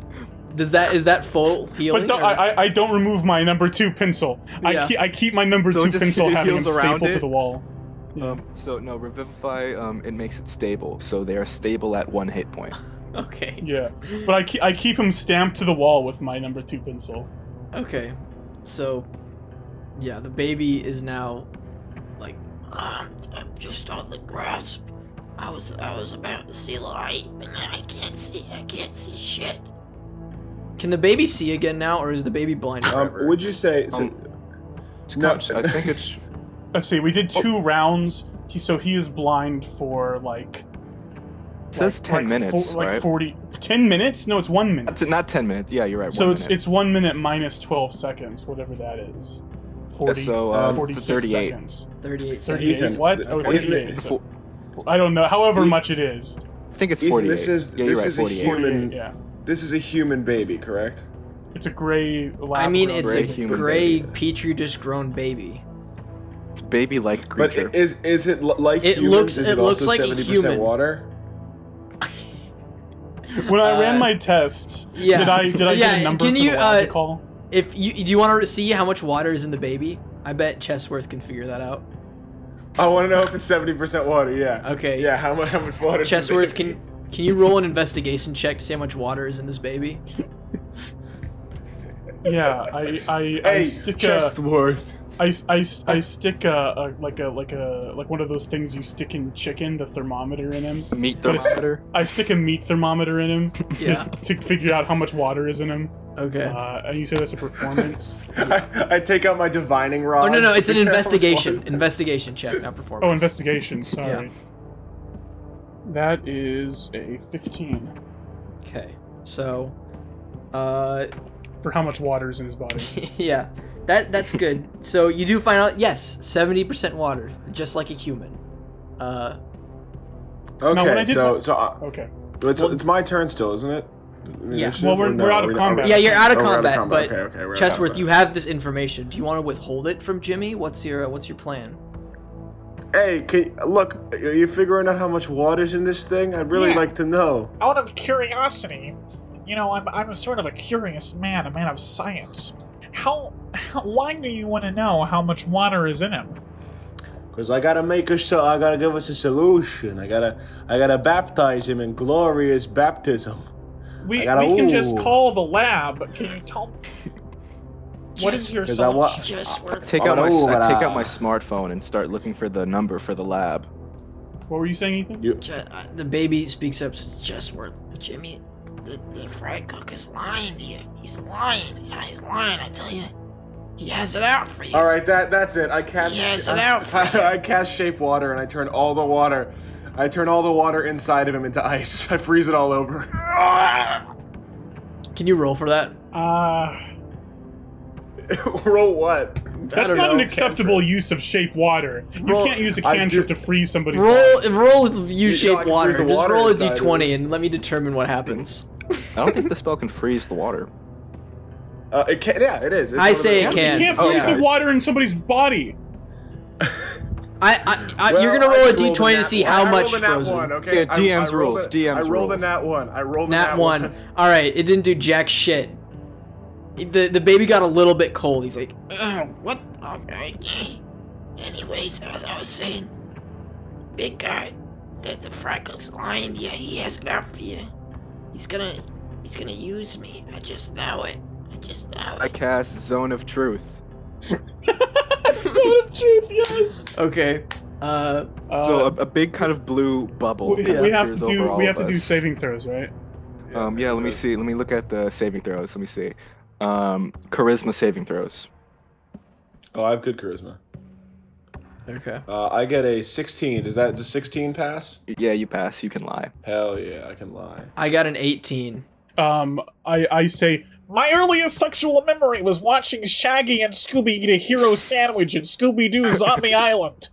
does that is that full healing?
but don't,
or-
I I- I don't remove my number two pencil.
Yeah.
I keep I keep my number
So it
two
just
pencil
he-
having him
heals around
stapled
it?
to the wall. Yeah.
Um, so, no, Revivify, um, it makes it stable, so they are stable at one hit point.
okay.
yeah, but I keep I keep him stamped to the wall with my number two pencil.
Okay. So, yeah, the baby is now like
Um, I'm just on the grasp. I was, I was about to see the light, but now I can't see. I can't see shit.
can the baby see again now or is the baby blind
Um,
forever?
would you say? So,
Um,
No.
Scotch, I think it's.
Let's see, we did
Oh.
two rounds. He, so he is blind for like
It says 10 minutes,
fo- like
right?
40 10 minutes no it's one minute
That's it, not 10 minutes. Yeah, you're right.
so
one
it's
minute.
it's one minute minus 12 seconds whatever that is 40
so,
uh,
um,
46
38.
seconds 38
38 seconds.
Ethan,
what oh,
okay.
38
Fo-
i don't know however much it is
I think it's
Ethan,
48.
this is-
yeah, you're
this
right,
is a
48.
huge-
48
Human-
yeah
this is a human baby, correct?
it's a gray lab
I mean,
grown
it's
Gray
a
human
gray
baby.
petri dish grown baby.
It's baby-like
But
creature.
i- is is it li- like
It
humans?
looks-
is
it looks
also
like a
70%
human.
water?
when i
uh,
ran my tests
Yeah.
did i did i
yeah.
get a number
can
for
you
the lab
uh,
call
if you do you want to see how much water is in the baby? I bet Chessworth can figure that out.
I want to know if it's seventy percent water. Yeah.
Okay.
Yeah. How much? How much water? is in the
Chessworth,
baby?
can can you roll an investigation check to see how much water is in this baby?
yeah i i, I
Hey,
stick a
Chestworth.
I, I, I stick a, a like a like a like one of those things you stick in chicken the thermometer in him
Meat
but it's-
thermometer.
I stick a meat thermometer in him
Yeah.
to, to figure out how much water is in him.
Okay.
Uh, and you say that's a performance.
I, I take out my divining rod.
Oh no no, it's an
How much water
investigation.
is in-
Investigation check, not
oh,
performance.
investigation. Sorry. That is a fifteen
Okay. So, uh,
for how much water is in his body.
yeah, that that's good. so you do find out, yes, seventy percent water, just like a human. Uh,
Okay,
when I did
so so uh,
Okay.
it's,
Well-
it's my turn still, isn't it? Initiative,
Well, we're-
or
we're out of
Are we-
combat.
are we-
Yeah,
you're out of
Oh, we're
combat, but
okay, okay, we're out of
Chesworth,
combat.
you have this information. Do you want to withhold it from Jimmy? What's your uh, What's your plan?
Hey, can, look, are you figuring out how much water's in this thing? I'd really
Yeah.
like to know.
Out of curiosity, you know, I'm, I'm sort of a curious man, a man of science. How, how why do you want to know how much water is in him?
Cause I gotta make us so I gotta give us a solution. I gotta I gotta baptize him in glorious baptism.
We,
I gotta-
we can just
ooh.
call the lab. Can you tell what is your Ah,
Because I wa-
solution?
Just worth
Take out my
Oh,
I take out
uh,
my smartphone and start looking for the number for the lab.
What were you saying, Ethan?
ju- uh,
The baby speaks up. says,
just worth. Jimmy, the, the fried cook is lying to you. He's lying. Yeah, he's lying. I tell you, he has it out for you.
All right, that that's it. I cast.
Yes, an
I,
outfit.
I, cast shape water, and I turn all the water. I turn all the water inside of him into ice. I freeze it all over.
Ah!
Can you roll for that?
Uh,
Roll what?
that's
don't
not an
know,
acceptable use of shape water. You
Roll-
can't use a
I
cantrip
do-
to freeze somebody's
Roll
body.
roll U-shaped
I can
water.
freeze the
Just
water
roll a
inside of
d20
it.
and let me determine what happens.
I don't think the spell can freeze the water.
Uh, it can, yeah, it is. It's
I
one of
say
those-
it can.
You can't
Oh,
freeze
yeah.
the water in somebody's body.
I, I, I you're
Well,
gonna
I
roll a
just rolled
d20 to
nat
see
one.
how
I
much
rolled a nat
frozen.
One, okay?
Yeah, DM's
I, I rolled
rules,
A,
DM's
I rolled
rules.
a nat one. I rolled a
Nat,
nat
one. All right, it didn't do jack shit. The the baby got a little bit cold. He's like,
Oh, what? Okay. Anyways, as I was saying, big guy, that the Franco's lying to you. He has it out for you. He's gonna, he's gonna use me. I just know it. I just know
I
it.
cast Zone of Truth.
Zone of truth, yes.
okay, uh,
Uh,
so a, a big kind of blue bubble.
we,
kind of
we have to
appears over
do
all
we
of
have to do
us.
saving throws, right?
Um, yeah, let me see. Let me look at the saving throws. Let me see. Um, charisma saving throws.
Oh, I have good charisma.
okay.
Uh, I get a 16. Does that does 16 pass?
Yeah, you pass. You can lie.
Hell yeah, I can lie.
I got an 18.
Um, I I say
My earliest sexual memory was watching Shaggy and Scooby eat a hero sandwich in Scooby Doo Zombie Island.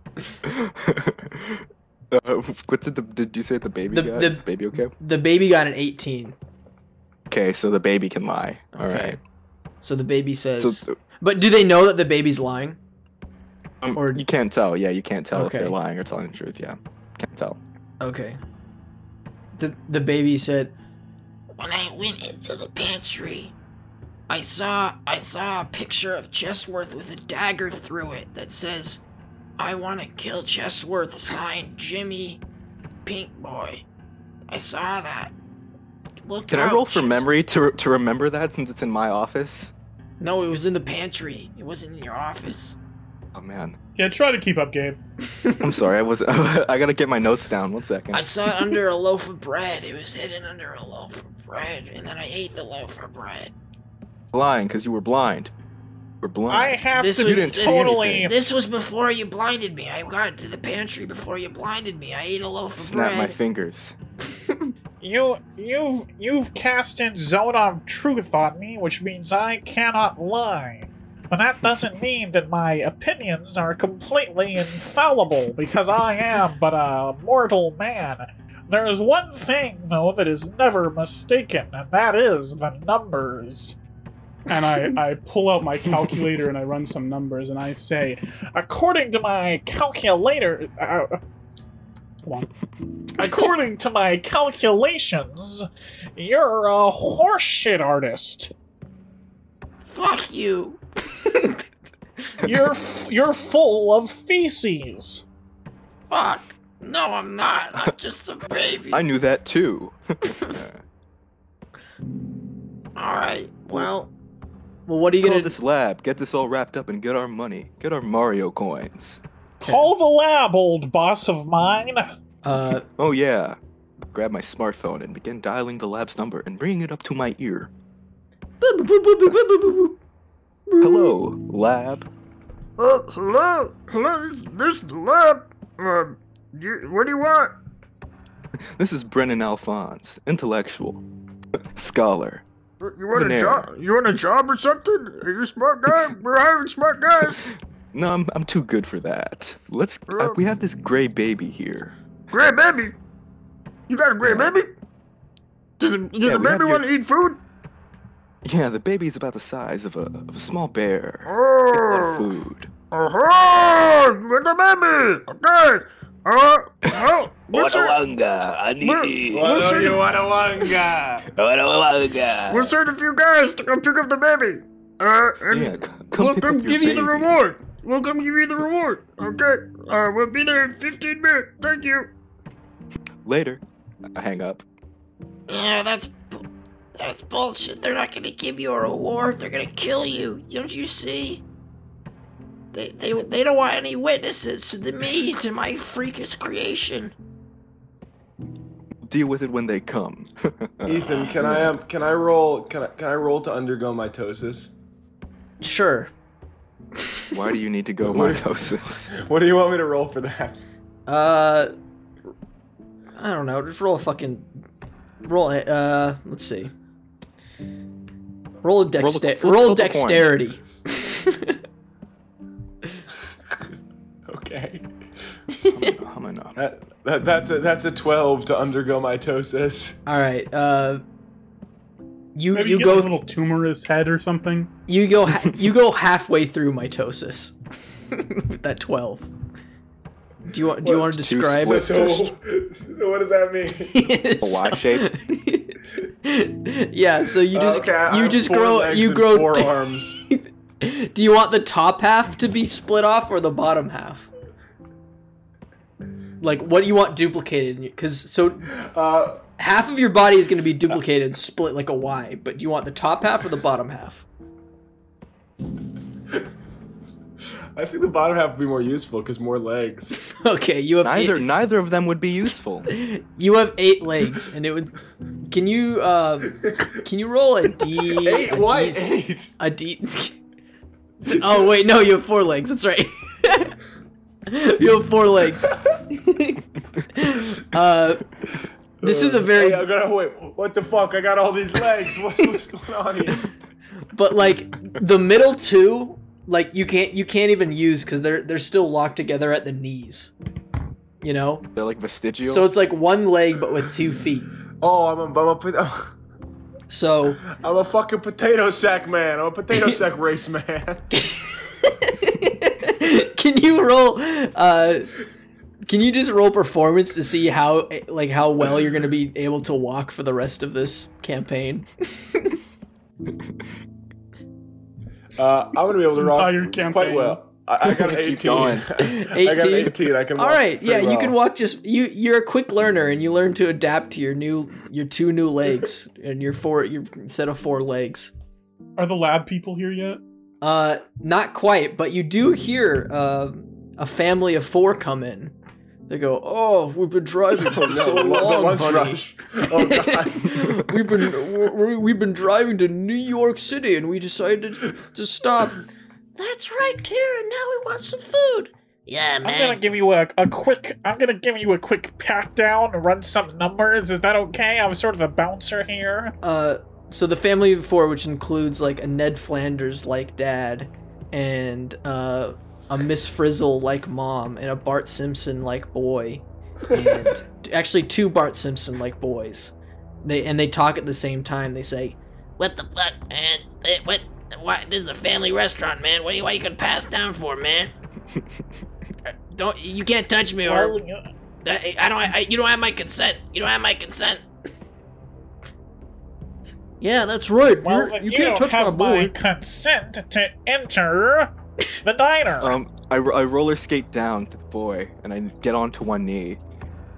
uh, what did the did you say the baby
The-
got?
the-
Is baby okay?
The baby got an 18.
Okay, so the baby can lie. All
Okay.
right.
So the baby says,
So
but do they know that the baby's lying?
um,
or-
you can't tell. Yeah, you can't tell
Okay.
if they're lying or telling the truth. Yeah, can't tell.
Okay. The the baby said,
When I went into the pantry, I saw, I saw a picture of Chesworth with a dagger through it that says, "I want to kill Chesworth." Signed, Jimmy, Pink Boy. I saw that. Look
Can
out,
I roll for
Ches-
memory to to remember that since it's in my office?
No, it was in the pantry. It wasn't in your office.
Oh man,
yeah, try to keep up, Gabe.
I'm sorry. I was I gotta get my notes down. One second.
I saw it under a loaf of bread. It was hidden under a loaf of bread, and then I ate the loaf of bread.
Lying because you were blind. We're blind.
I have
This
to
was-
be
this-
totally.
This was before you blinded me. I got to the pantry before you blinded me. I ate a loaf of
Snap
bread.
my fingers.
You you've you've cast in zone of truth on me, which means I cannot lie. But that doesn't mean that my opinions are completely infallible, because I am but a mortal man. There is one thing though that is never mistaken, and that is the numbers.
And I, I pull out my calculator and I run some numbers and I say,
According to my calculator, uh,
come on.
according to my calculations, you're a horseshit artist.
Fuck you.
You're f- you're full of feces.
Fuck. No, I'm not. I'm just a baby.
I knew that too.
All right. Well,
"Well, what are you
Call
gonna
this lab. Get this all wrapped up and get our money. Get our Mario coins.
Call the lab, old boss of mine.
uh
Oh yeah. Grab my smartphone and begin dialing the lab's number and bringing it up to my ear.
boop, boop, boop, boop, boop, boop, boop, Uh,
Hello, lab.
Uh, hello, hello. This, this is the lab. Um, you, what do you want?
This is Brennan Alphonse, intellectual, scholar.
You want
Veneer.
a job? You want a job or something? Are you a smart guy? We're hiring smart guys.
No, I'm, uh, I'm too good for that. Let's. I, we have this gray baby here.
Great baby. You got a great baby? Does, it, does
Yeah,
the
we have
baby
your-
want to eat food?
Yeah, the baby's about the size of a, of a small bear. Get a lot of
Oh,
food.
uh-huh, you got the baby. Okay. Uh, well, what's your,
Wadawanga, I
Where-
need.
what-
What
Well,
do
sir.
you want a wanga?
Wadawanga.
we'll send a few guys to come pick up the baby. Uh, and
Yeah, c- come
we'll
pick
come
up your
give you
baby.
the reward. We'll come give you the reward. Okay. Uh, we'll be there in 15 minutes. Thank you.
Later. I hang up.
Yeah, that's bu- that's bullshit. They're not gonna give you a reward. They're gonna kill you. Don't you see? They they they don't want any witnesses to the me to my freakish creation.
Deal with it when they come.
Ethan, can I um, can I roll can I can I roll to undergo mitosis?
Sure.
Why do you need to go
Where-
mitosis?
What do you want me to roll for that?
Uh, I don't know. Just roll a fucking roll. A, uh, let's see. Roll a
Roll a-
dexter.
flip-
Roll,
flip a coin.
dexterity.
Okay.
I'm not.
That, that that's a that's a 12 to undergo mitosis.
All right. Uh, you
Maybe
you
get a
go
little tumor in his head or something.
you go ha- you go halfway through mitosis with that twelve. Do you want do you want to
Two
describe?
split-
So, so what does that mean?
A Y shape?
yeah. So you just
Uh, Okay, I
you
have
just
four
grow
legs
you
and
grow
four
d-
arms.
Do you want the top half to be split off or the bottom half? Like, what do you want duplicated? Because so
Uh,
half of your body is going to be duplicated, and split like a Y. But do you want the top half or the bottom half?
I think the bottom half would be more useful because more legs.
Okay, you have
Neither
eight,
neither of them would be useful.
you have eight legs, and it would. Can you uh, can you roll a D?
Eight?
a
Why
D-
eight?
A D. oh wait, no, you have four legs. That's right. you have four legs. uh, this is a very
Hey, I gotta wait. What the fuck? I got all these legs. What, what's going on here?
but like the middle two, like you can't you can't even use because they're they're still locked together at the knees. You know,
They're like vestigial.
so it's like one leg but with two feet.
Oh, I'm a, I'm a, pot-
So
I'm a fucking potato sack man. I'm a potato sack race man. Uh,
can you roll? Uh, can you just roll performance to see how like how well you're gonna be able to walk for the rest of this campaign?
Uh, I'm gonna be able
This
to rock
entire
quite
campaign.
well. I, I got an 18.
going.
I got
18?
an 18. I can.
All
walk
right, yeah,
pretty
you
well.
can walk. Just you, you're a quick learner, and you learn to adapt to your new, your two new legs and your four, your set of four legs.
Are the lab people here yet?
Uh, not quite, but you do hear uh, a family of four come in. They go, "Oh, we've been driving for
Oh, no,
so
the lu- the
long,
lunch
honey.
rush. Oh god.
we've been we- we've been driving to New York City, and we decided to stop."
That's right, Tara. Now we want some food. Yeah,
I'm gonna give you a, a quick I'm gonna give you a quick pat down and run some numbers. Is that okay? I'm sort of a bouncer here.
Uh, so the family of four, which includes like a Ned Flanders like dad, and uh, a Miss Frizzle like mom, and a Bart Simpson like boy, and actually two Bart Simpson like boys. They and they talk at the same time. They say,
What the fuck, man? Eh, what? Why? This is a family restaurant, man. What do you? Why you gonna pass down for, man? Uh, don't you can't touch me, or
Well, you-
I, I don't. I, you don't have my consent. You don't have my consent.
"Yeah, that's right.
well,
You're-
then
you
you,
can't
don't
touch my
have my,
boy."
consent to enter the diner.
Um, I, ro- I roller skate down to the boy and I get onto one knee.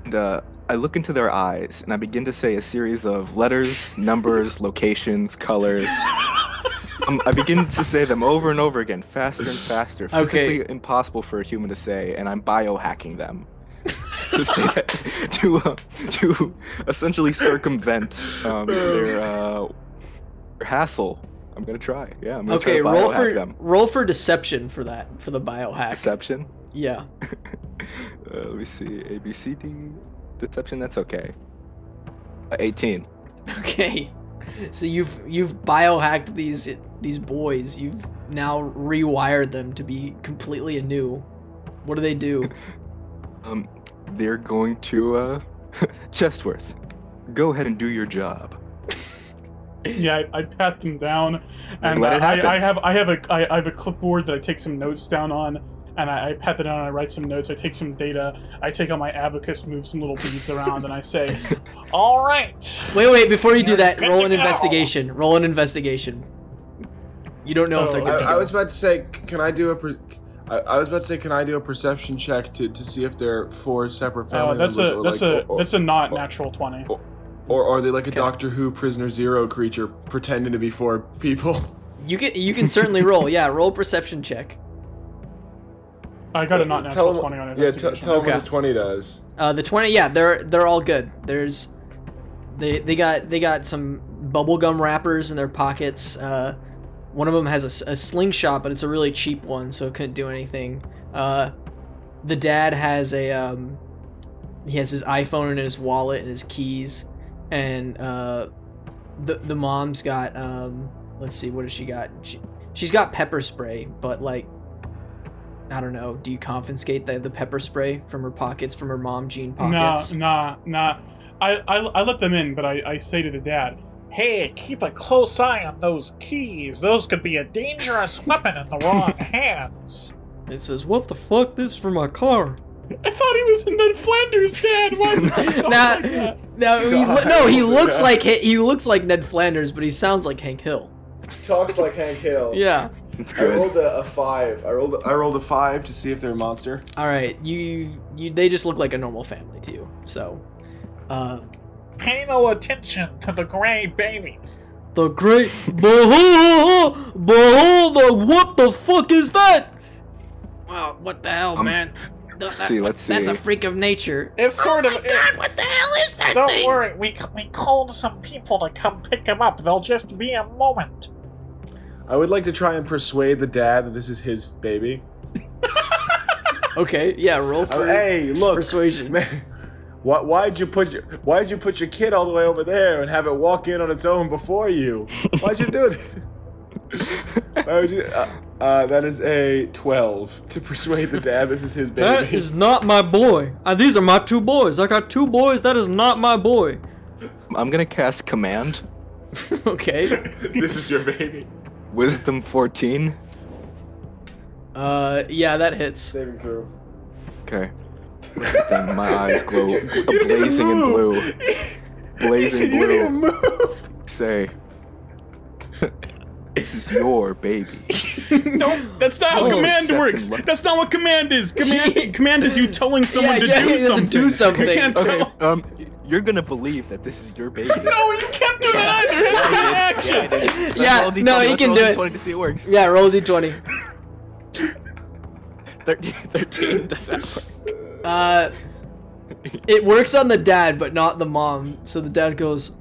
And, uh, I look into their eyes and I begin to say a series of letters, numbers, locations, colors. Um, I begin to say them over and over again, faster and faster.
Okay.
Physically impossible for a human to say, and I'm biohacking them. to say that, to, uh, to essentially circumvent um, their, uh, their hassle. I'm gonna try. Yeah, I'm gonna
Okay,
try to
roll
biohack
for
them.
roll for deception for that for the biohack.
Deception.
Yeah.
Uh, let me see. A, B, C, D. Deception, that's okay. Uh, 18.
Okay. So you've you've biohacked these these boys. You've now rewired them to be completely anew. What do they do?
Um, they're going to, uh, Chestworth, go ahead and do your job.
Yeah, I, I pat them down, and
Let it
I,
happen.
I, I have I have a I, I have a clipboard that I take some notes down on, and I, I pat them down. And I write some notes. I take some data. I take out my abacus, move some little beads around, and I say,
All right.
Wait, wait, before you do
You're
that,
good
roll
to
an
go.
investigation. Roll an investigation. You don't know if they're
Oh,
I,
good to go.
I was about to say, c- can I do a? Per- I, I was about to say, can I do a perception check to, to see if they're four separate
uh,
family
"That's
members?
a
or
that's
like,
a
or,
that's a not natural 20.
or, or are they like a Doctor Who prisoner zero creature pretending to be four people?
You can you can certainly roll. Yeah, roll a perception check.
I got a not
Tell
natural
'em-
20 on
Yeah, t-
investigation.
tell them
Okay.
what his twenty does.
Uh, the twenty. Yeah, they're they're all good. There's they they got they got some bubblegum wrappers in their pockets. Uh, one of them has a s- a, slingshot, but it's a really cheap one, so it couldn't do anything. Uh, the dad has a um, he has his iPhone and his wallet and his keys, and uh, the the mom's got um, let's see, what has she got? She, she's got pepper spray, but like I don't know. Do you confiscate the, the pepper spray from her pockets, from her mom jean pockets?
Nah, nah, nah. I, I, I let them in, but I, I say to the dad,
Hey, keep a close eye on those keys. Those could be a dangerous weapon in the wrong hands.
It says, "What the fuck? This is for my car."
I thought he was in Ned Flanders, Dad. Why did you talk
Nah,
like that?
no, he, lo- no, he looks like he, he looks like Ned Flanders, but he sounds like Hank Hill.
Talks like Hank Hill.
Yeah.
It's
I
good.
rolled a, a five. I rolled. A, I rolled a five to see if they're a monster.
All right, you you they just look like a normal family to you. So, uh,
Pay no attention to the gray baby.
the great behold, behold, the what the fuck is that?
Wow, what the hell,
Um,
man? Th- that-
see, let's
That's a
see.
freak of nature.
It's
Oh
sort
my
of. it-
god, what the hell is that
don't
thing?
worry, we, we called some people to come pick him up. There'll just be a moment.
I would like to try and persuade the dad that this is his baby.
Okay, yeah, roll
Oh,
for
hey, look,
persuasion.
man, why, why'd you put your why'd you put your kid all the way over there and have it walk in on its own before you? Why'd you do it? Why would you, uh, uh, that is a twelve to persuade the dad this is his baby.
That is not my boy. Uh, these are my two boys. I got two boys. That is not my boy.
I'm gonna cast command.
okay.
this is your baby.
Wisdom 14.
Uh, yeah, that hits.
Saving through.
Okay. Then my eyes glow blazing in blue. Blazing
You didn't
blue.
even move.
Say, this is your baby.
Don't. That's not how
Oh,
command
accept
works.
and look.
That's not what command is. Command, command is you telling someone
Yeah,
to,
yeah,
do
you have to
something.
do something.
You can't
Okay,
tell.
um, y- you're gonna believe that this is your baby.
No, you can't do that either. That's not action.
Let's
Yeah,
roll D20,
no, he
let's
can
roll
do it.
D20 to see it works.
Yeah, roll a d20.
13, 13 does that work?
Uh, it works on the dad, but not the mom. So the dad goes,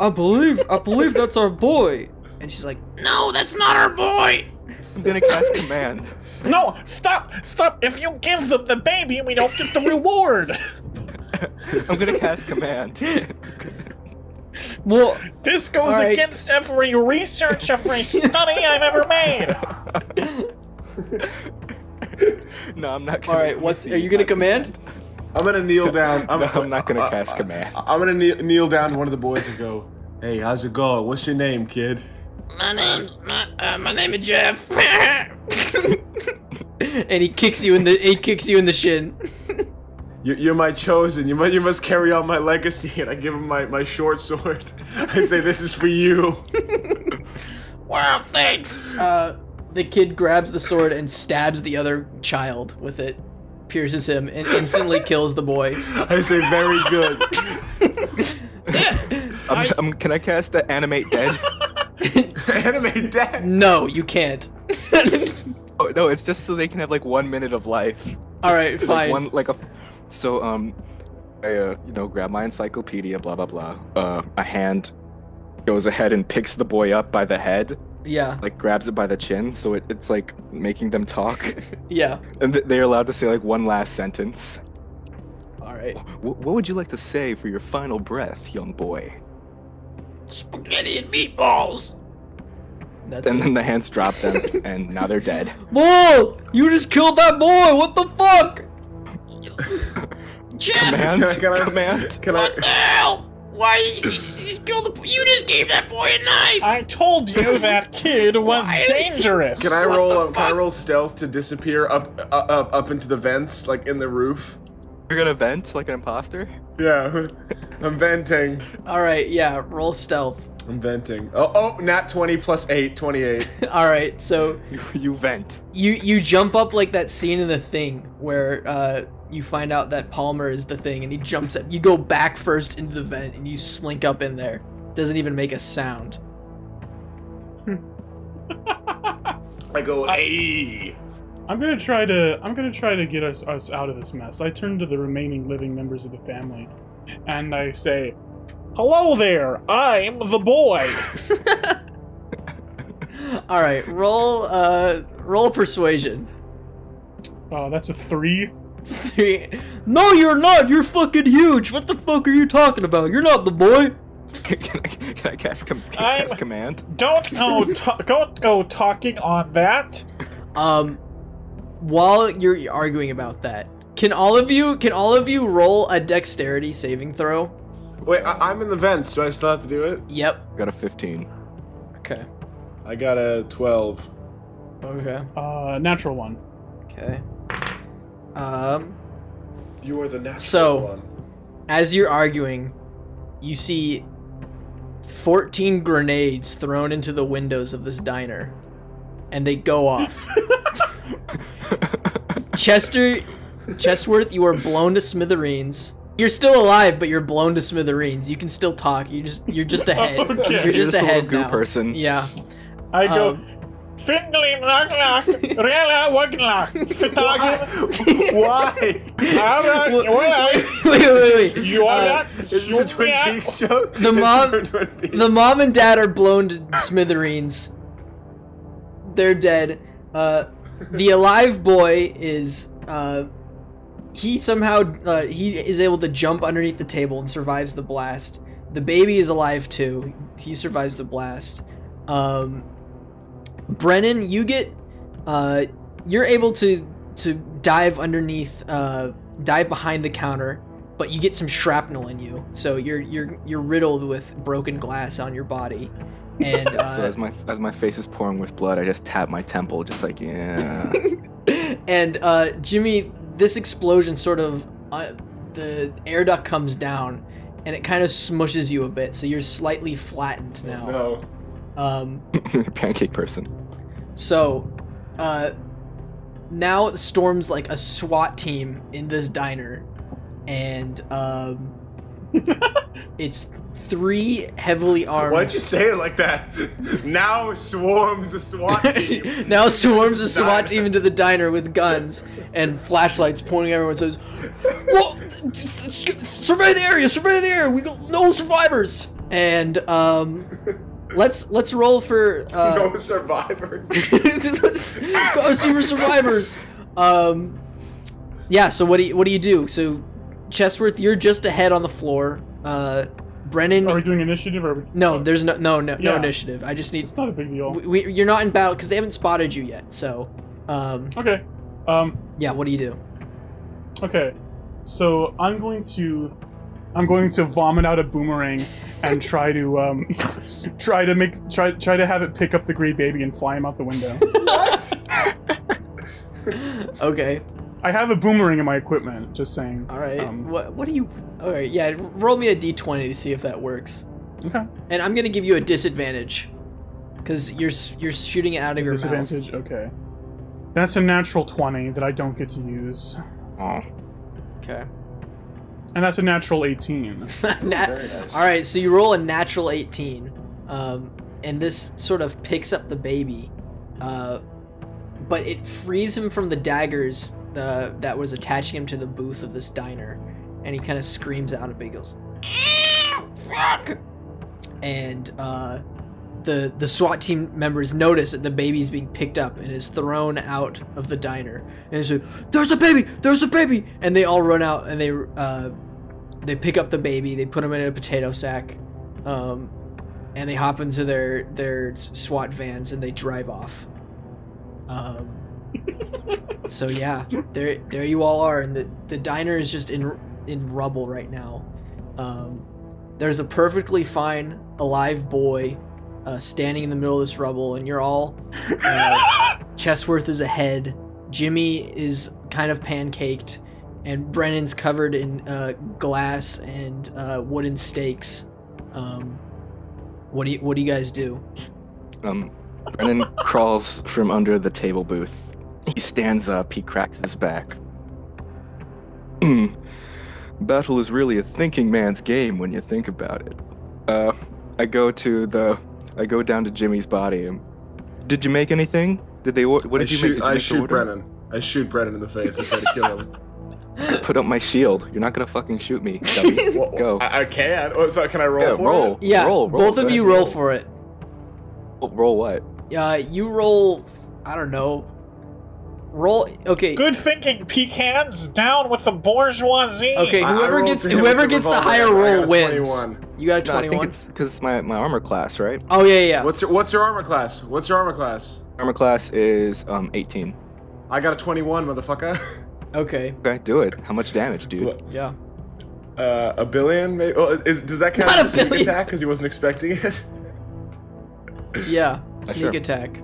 "I believe, I believe that's our boy." And she's like,
No, that's not our boy.
I'm gonna cast command.
No, stop, stop. If you give them the baby, we don't get the reward.
I'm gonna cast command.
"Well,
This goes
All right.
against every research, every study I've ever made.
no, I'm not.
all
Gonna
right, what's? Are you gonna command?"
I'm gonna kneel down. I'm,
No, I'm not gonna
I-
cast
I-
command.
I, am gonna kneel, kneel down to one of the boys and go, "Hey, how's it going? What's your name, kid?"
My name's my, uh, my name is Jeff.
And he kicks you in the he kicks you in the shin.
You, you're my chosen. You must, you must carry on my legacy. And I give him my, my short sword. I say, "This is for you."
wow, thanks.
Uh, the kid grabs the sword and stabs the other child with it, pierces him, and instantly kills the boy.
I say, "Very good."
I'm, I'm- can I cast the animate dead?
Anime dad.
No, you can't.
oh, no, it's just so they can have like one minute of life.
all right,
Like,
fine.
one like a. f- So um, I uh, you know grab my encyclopedia, blah blah blah. Uh, a hand goes ahead and picks the boy up by the head,
Yeah,
like grabs it by the chin, so it, it's like making them talk,
yeah.
and th- they're allowed to say like one last sentence.
All right.
W- what would you like to say for your final breath, young boy?
Spaghetti and meatballs.
That's
And
it.
then the hands drop them, and now they're dead.
Bull, you just killed that boy. What the fuck?
Jeff,
Command,
Can I-
command.
Can I?
what the hell? Why did you- did you kill the? You just gave that boy a knife.
I told you that kid was
Why?
dangerous.
Can I
What
roll?
the
Up, can I
fuck?
roll stealth to disappear up, uh, up, up into the vents, like in the roof?
You're gonna vent like an imposter?
Yeah, I'm venting.
All right, yeah, roll stealth.
I'm venting. Oh, oh, nat 20 plus 8, 28.
All right, so
You, you vent.
you you jump up like that scene in the thing where uh you find out that Palmer is the thing and he jumps up. You go back first into the vent and you slink up in there. Doesn't even make a sound.
I go, hey.
I'm gonna try to I'm gonna try to get us, us out of this mess. I turn to the remaining living members of the family and I say,
Hello there. I'm the boy.
All right, roll uh roll persuasion.
Oh, that's a three.
It's three. No, you're not. You're fucking huge. What the fuck are you talking about? You're not the boy.
can, I, can I cast, com- can I
I'm-
cast command?
Don't go. To- don't go talking on that.
Um, while you're arguing about that, can all of you can all of you roll a dexterity saving throw?
Wait, I- I'm in the vents. Do I still have to do it?
Yep.
I got a 15.
Okay.
I got a 12.
Okay.
Uh, natural one.
Okay. Um,
You are the natural
So-
one.
as you're arguing, you see 14 grenades thrown into the windows of this diner, and they go off. Chester, Chestworth, you are blown to smithereens. You're still alive, but you're blown to smithereens. You can still talk. You just you're just ahead.
Okay.
You're,
You're
just,
just a little
ahead
goo
now.
person.
Yeah.
I go.
um,
Findly Maglock, Rela Wagnlock, Fitagin,
Why?
Ara,
Well-
Wela,
wait, wait, wait. Uh,
Yorak,
Is this a Twin
Sumiak.
Peaks joke?
The
Is this
mom-
a Twin Peaks-
the mom and dad are blown to smithereens. They're dead. Uh, the alive boy is uh, he somehow uh, he is able to jump underneath the table and survives the blast. The baby is alive too. He survives the blast. Um, Brennan, you get uh, you're able to to dive underneath uh, dive behind the counter but you get some shrapnel in you, so you're you're you're riddled with broken glass on your body, and
so
uh,
as my as my face is pouring with blood, I just tap my temple, just like yeah.
and uh, Jimmy, this explosion sort of uh, the air duct comes down, and it kind of smushes you a bit, so you're slightly flattened now.
No.
Um,
Pancake person.
So, uh, now Storm's like a SWAT team in this diner, and um, it's three heavily armed.
Why'd you say it like that? now swarms a SWAT team.
now swarms a SWAT
Diner.
team into the diner with guns and flashlights pointing at everyone. Says, "Well, survey the area! Survey the area! We got no survivors!" And um, let's let's roll for uh,
no survivors.
let's go see for survivors. Um, yeah. So what do you, what do you do? So, Chesworth, you're just ahead on the floor. Uh, Brennan,
Are we doing initiative or? Are we...
no, there's no no no, no
Oh, Yeah.
initiative. I just need
It's not a big deal.
we, we, you're not in battle because they haven't spotted you yet. So, um,
Okay. Um.
yeah, what do you do?
Okay. So I'm going to, I'm going to vomit out a boomerang and try to um, try to make try try to have it pick up the gray baby and fly him out the window.
Okay,
I have a boomerang in my equipment. Just saying.
all right.
Um,
what what do you? All right, yeah. Roll me a d20 to see if that works.
Okay.
And I'm gonna give you a disadvantage because you're s- you're shooting it out of your mouth.
Disadvantage. Okay. That's a natural twenty that I don't get to use,
Oh,
Okay.
and that's a natural eighteen.
Nat- All right, so you roll a natural 18, um, and this sort of picks up the baby, uh, but it frees him from the daggers uh, that was attaching him to the booth of this diner, and he kind of screams out a bit, he goes, "Ew, fuck!" And uh, the the SWAT team members notice that the baby's being picked up and is thrown out of the diner, and they say, "There's a baby! There's a baby!" And they all run out, and they. Uh, they pick up the baby, they put him in a potato sack, um, and they hop into their their SWAT vans and they drive off. Um, so yeah, there there you all are, and the the diner is just in in rubble right now. Um, there's a perfectly fine alive boy uh, standing in the middle of this rubble, and you're all. Uh, Chesworth is ahead. Jimmy is kind of pancaked, and Brennan's covered in uh, glass and uh, wooden stakes. Um, what do you What do you guys do?
Um, Brennan crawls from under the table booth. He stands up, he cracks his back. Battle is really a thinking man's game when you think about it. Uh, I go to the, I go down to Jimmy's body. and, Did you make anything? Did they? or- What
I
did you
shoot,
make? Did you
I
make the
shoot
order?
Brennan. I shoot Brennan in the face. I try to kill him.
Put up my shield. You're not gonna fucking shoot me. dummy.
Wha-
Go.
I, I can. Oh, so can I roll
Yeah,
for
roll.
it?
Yeah,
roll, roll,
both of
go
you
ahead,
roll
roll.
for it.
Roll what?
Uh, you roll. I don't know. Roll. Okay.
Good thinking, pecans. Down with the bourgeoisie.
Okay.
I- I
Whoever
rolled
gets
to hit
whoever
with
gets the
revolver.
higher
I
roll
got a
wins.
21.
You got a
No, I think
twenty-one.
it's because my my armor class, right?
oh yeah, yeah, yeah.
What's your, what's your armor class? What's your armor class?
Armor class is um 18.
I got a 21, motherfucker.
Okay.
Okay, do it. How much damage, dude?
What?
Yeah.
Uh, a billion, maybe. Oh, is, does that count
Not a
as a sneak
billion.
attack? Because he wasn't expecting it.
Yeah.
Uh,
Sneak
sure.
attack.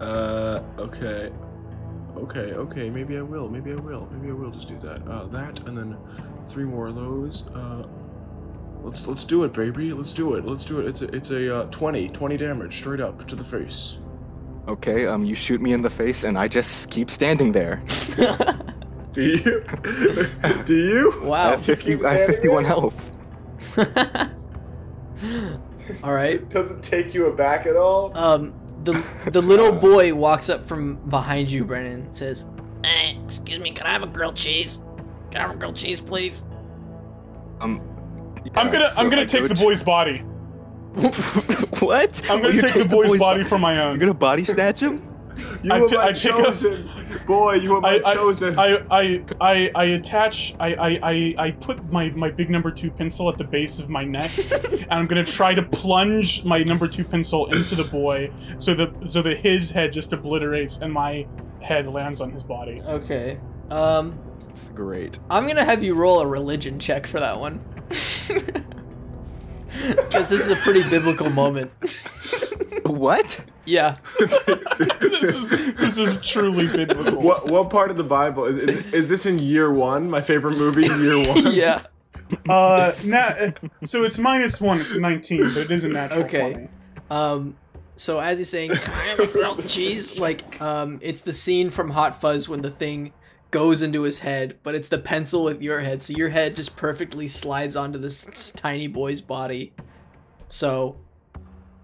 Uh, okay. Okay, okay, maybe I will, maybe I will, maybe I will just do that. Uh, that, and then three more of those. Uh, let's, let's do it, baby, let's do it, let's do it. It's a, it's a, uh, 20, 20 damage, straight up, to the face.
Okay, um, you shoot me in the face, and I just keep standing there.
Do you? do you?
I
wow.
have 50. I have 51 health.
All right.
Doesn't take you aback at all?
Um, the the little boy walks up from behind you, Brennan, and says,
Hey, excuse me, can I have a grilled cheese? Can I have a grilled cheese, please?
Um,
I'm
yeah,
gonna
so
I'm
I
gonna
go
take the
to-
boy's body.
what?
I'm
Oh,
gonna
you
take, the boy's, body
bo-
for my own.
You're gonna body snatch him?
You
I
were
pi-
my
I pick up-
chosen. Boy, you were my
I-
chosen.
I, I I I attach I I, I, I put my, my big number two pencil at the base of my neck and I'm gonna try to plunge my number two pencil into the boy so that so that his head just obliterates and my head lands on his body.
"Okay, um,
It's great.
I'm gonna have you roll a religion check for that one, because this is a pretty biblical moment."
What?
Yeah.
this is this is truly biblical.
what, what part of the Bible? Is, is, is this in year one? My favorite movie, year one?
Yeah.
Uh, na- so it's minus one. It's nineteen, but it is a natural
Okay.
twenty.
Um, so as he's saying, "Can I have a grilled cheese?" Like, um, it's the scene from Hot Fuzz when the thing goes into his head, but it's the pencil with your head, so your head just perfectly slides onto this tiny boy's body. So,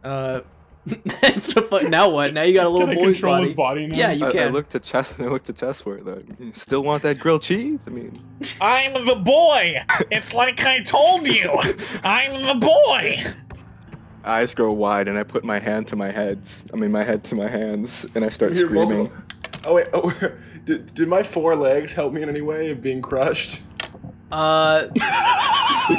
uh, it's a fu- now what? Now you got a little
Can I
boy's
control
body.
his body now?
Yeah, you
I, I
can.
looked to Chess. I looked to Chessworth. though. You still want that grilled cheese? I mean,
I'm the boy. It's like I told you. I'm the boy.
eyes grow wide, and I put my hand to my heads. I mean, my head to my hands, and I start
You're
screaming.
multiple- Oh wait, oh, did, did my four legs help me in any way of being crushed?
Uh,
yeah.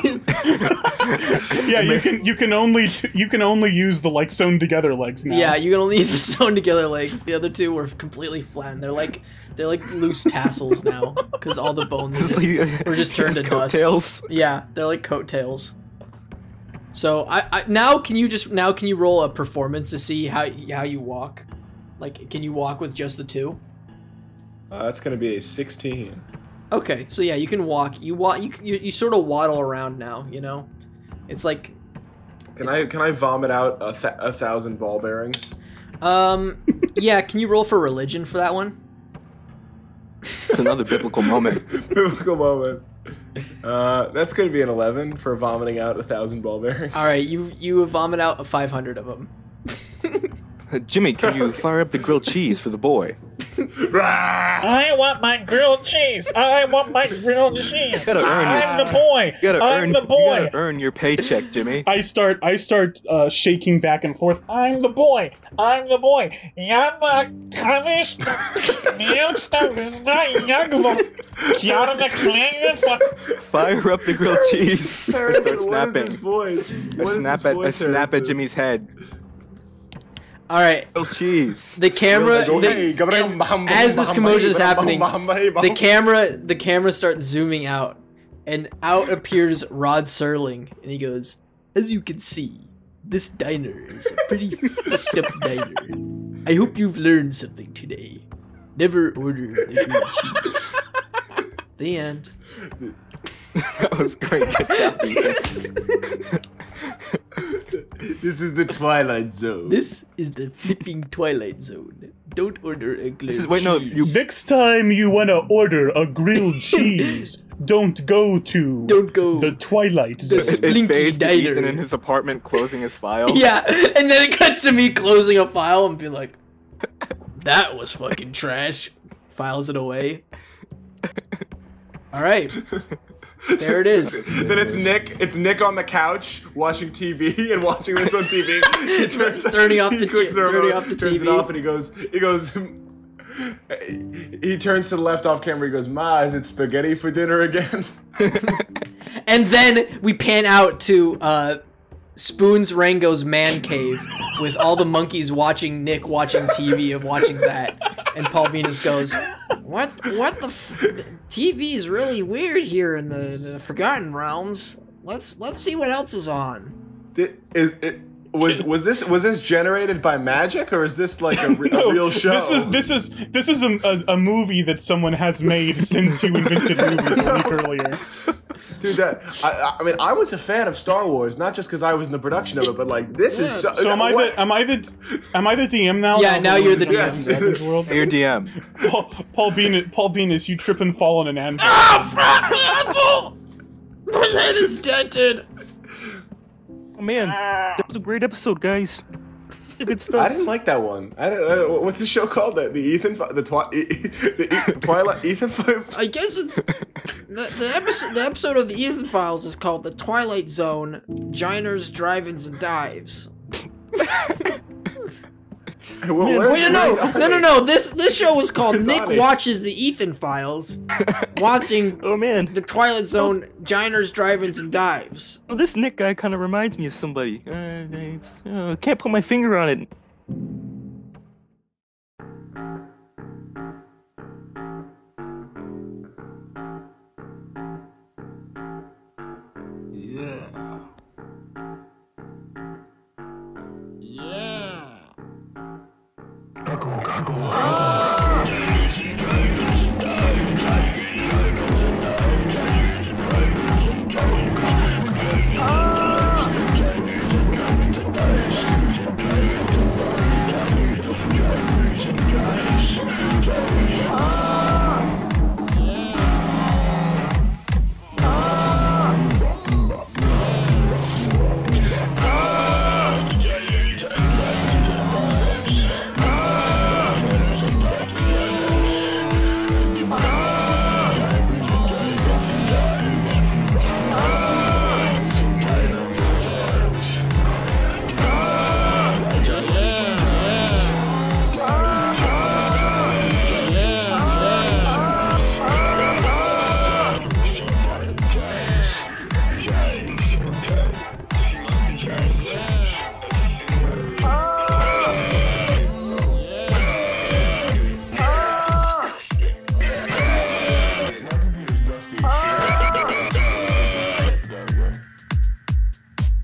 You can you can only t- you can only use the like sewn together legs now.
yeah, you can only use the sewn together legs. The other two were completely flat. And they're like they're like loose tassels now because all the bones. Are just
We're
just turned to dust.
coattails.
Yeah, they're like coattails. So I, I now can you just now can you roll a performance to see how how you walk? Like can you walk with just the two?
Uh, that's gonna be a 16.
Okay, so yeah, you can walk. You walk. You you, you sort of waddle around now. You know, it's like
Can
It's-
I can I vomit out a, th- a thousand ball bearings?
um yeah. Can you roll for religion for that one?
It's another biblical moment.
Biblical moment. Uh, that's gonna be an 11 for vomiting out a thousand ball bearings.
All right, you you vomit out five hundred of them.
Jimmy, can you fire up the grilled cheese for the boy?
Rah!
I want my grilled cheese. I want my grilled cheese.
gotta earn
I'm
it.
the boy.
You gotta
I'm
earn.
the
You
boy.
gotta earn your paycheck, Jimmy.
I start I start uh, shaking back and forth.
I'm the boy. I'm the boy. Yama Kamishta Milsta Vizna Yagva Kiara the Klingus.
Fire up the grilled cheese. I start
What is this
snapping.
voice? What
I
is
snap
this
at I
voice,
snap at
Harrison?
Jimmy's head.
All right.
Oh, cheese.
The camera. the- and as this commotion is happening, the camera the camera starts zooming out, and out appears Rod Serling, and he goes, "As you can see, this diner is a pretty fucked up diner. I hope you've learned something today. Never order the green cheese." The end.
that was great. Good job, Ethan.
This is the Twilight Zone.
This is the flipping Twilight Zone. Don't order a glue.
This is- wait, no, you-
Next time you wanna order a grilled cheese, don't go to
don't go.
the Twilight Zone.
It- It
Blinky
fades to
diner.
Ethan in his apartment closing his file.
Yeah, and then it cuts to me closing a file and being like, "That was fucking trash." Files it away. All right, there it is.
Then it's Nick. It's Nick on the couch watching TV and watching this on TV. He turns
Turning off the
clicks
t- turning off the
turns it
TV.
off, and he goes. He goes. He turns to the left off camera. He goes, "Ma, is it spaghetti for dinner again?"
And then we pan out to uh, Spoons Rango's man cave with all the monkeys watching Nick watching TV and watching that, and Paul Venus goes,
What? What the? F- TV is really weird here in the, the Forgotten Realms. Let's let's see what else is on.
Thi- it- it- was was this was this generated by magic or is this like a, re- a
No,
real show?
This is this is this is a, a, a movie that someone has made since you invented movies a week earlier.
dude. That I, I mean, I was a fan of Star Wars, not just because I was in the production of it, but like this is so.
So am I
what-
the am I the am I the DM now?
Yeah, now you're the
we're in
DM.
Dungeons and Dragons world.
Hey, Your DM.
Paul, Paul Bean, Paul Bean, is you trip and fall on an anvil?
My head is dented.
Oh man, that was a great episode, guys. Good
I
stuff.
didn't like that one. I don't, I don't- what's the show called? The, the Ethan, Fi- the, twi- e- e- the e- Twilight Ethan. Fi-
I guess it's the, the episode. The episode of the Ethan Files is called "The Twilight Zone: Giners, Drive-ins, and Dives."
Well, where's-
Wait, no, no,
where's-
no, no, no. This this show is called
It's
Nick
on it.
watches the Ethan Files, watching
Oh man,
the Twilight Zone: Giners, Drive-ins, and Dives.
well, this Nick guy kind of reminds me of somebody. Uh, it's, uh, can't put my finger on it.
Yeah. Yeah.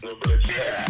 Look at that.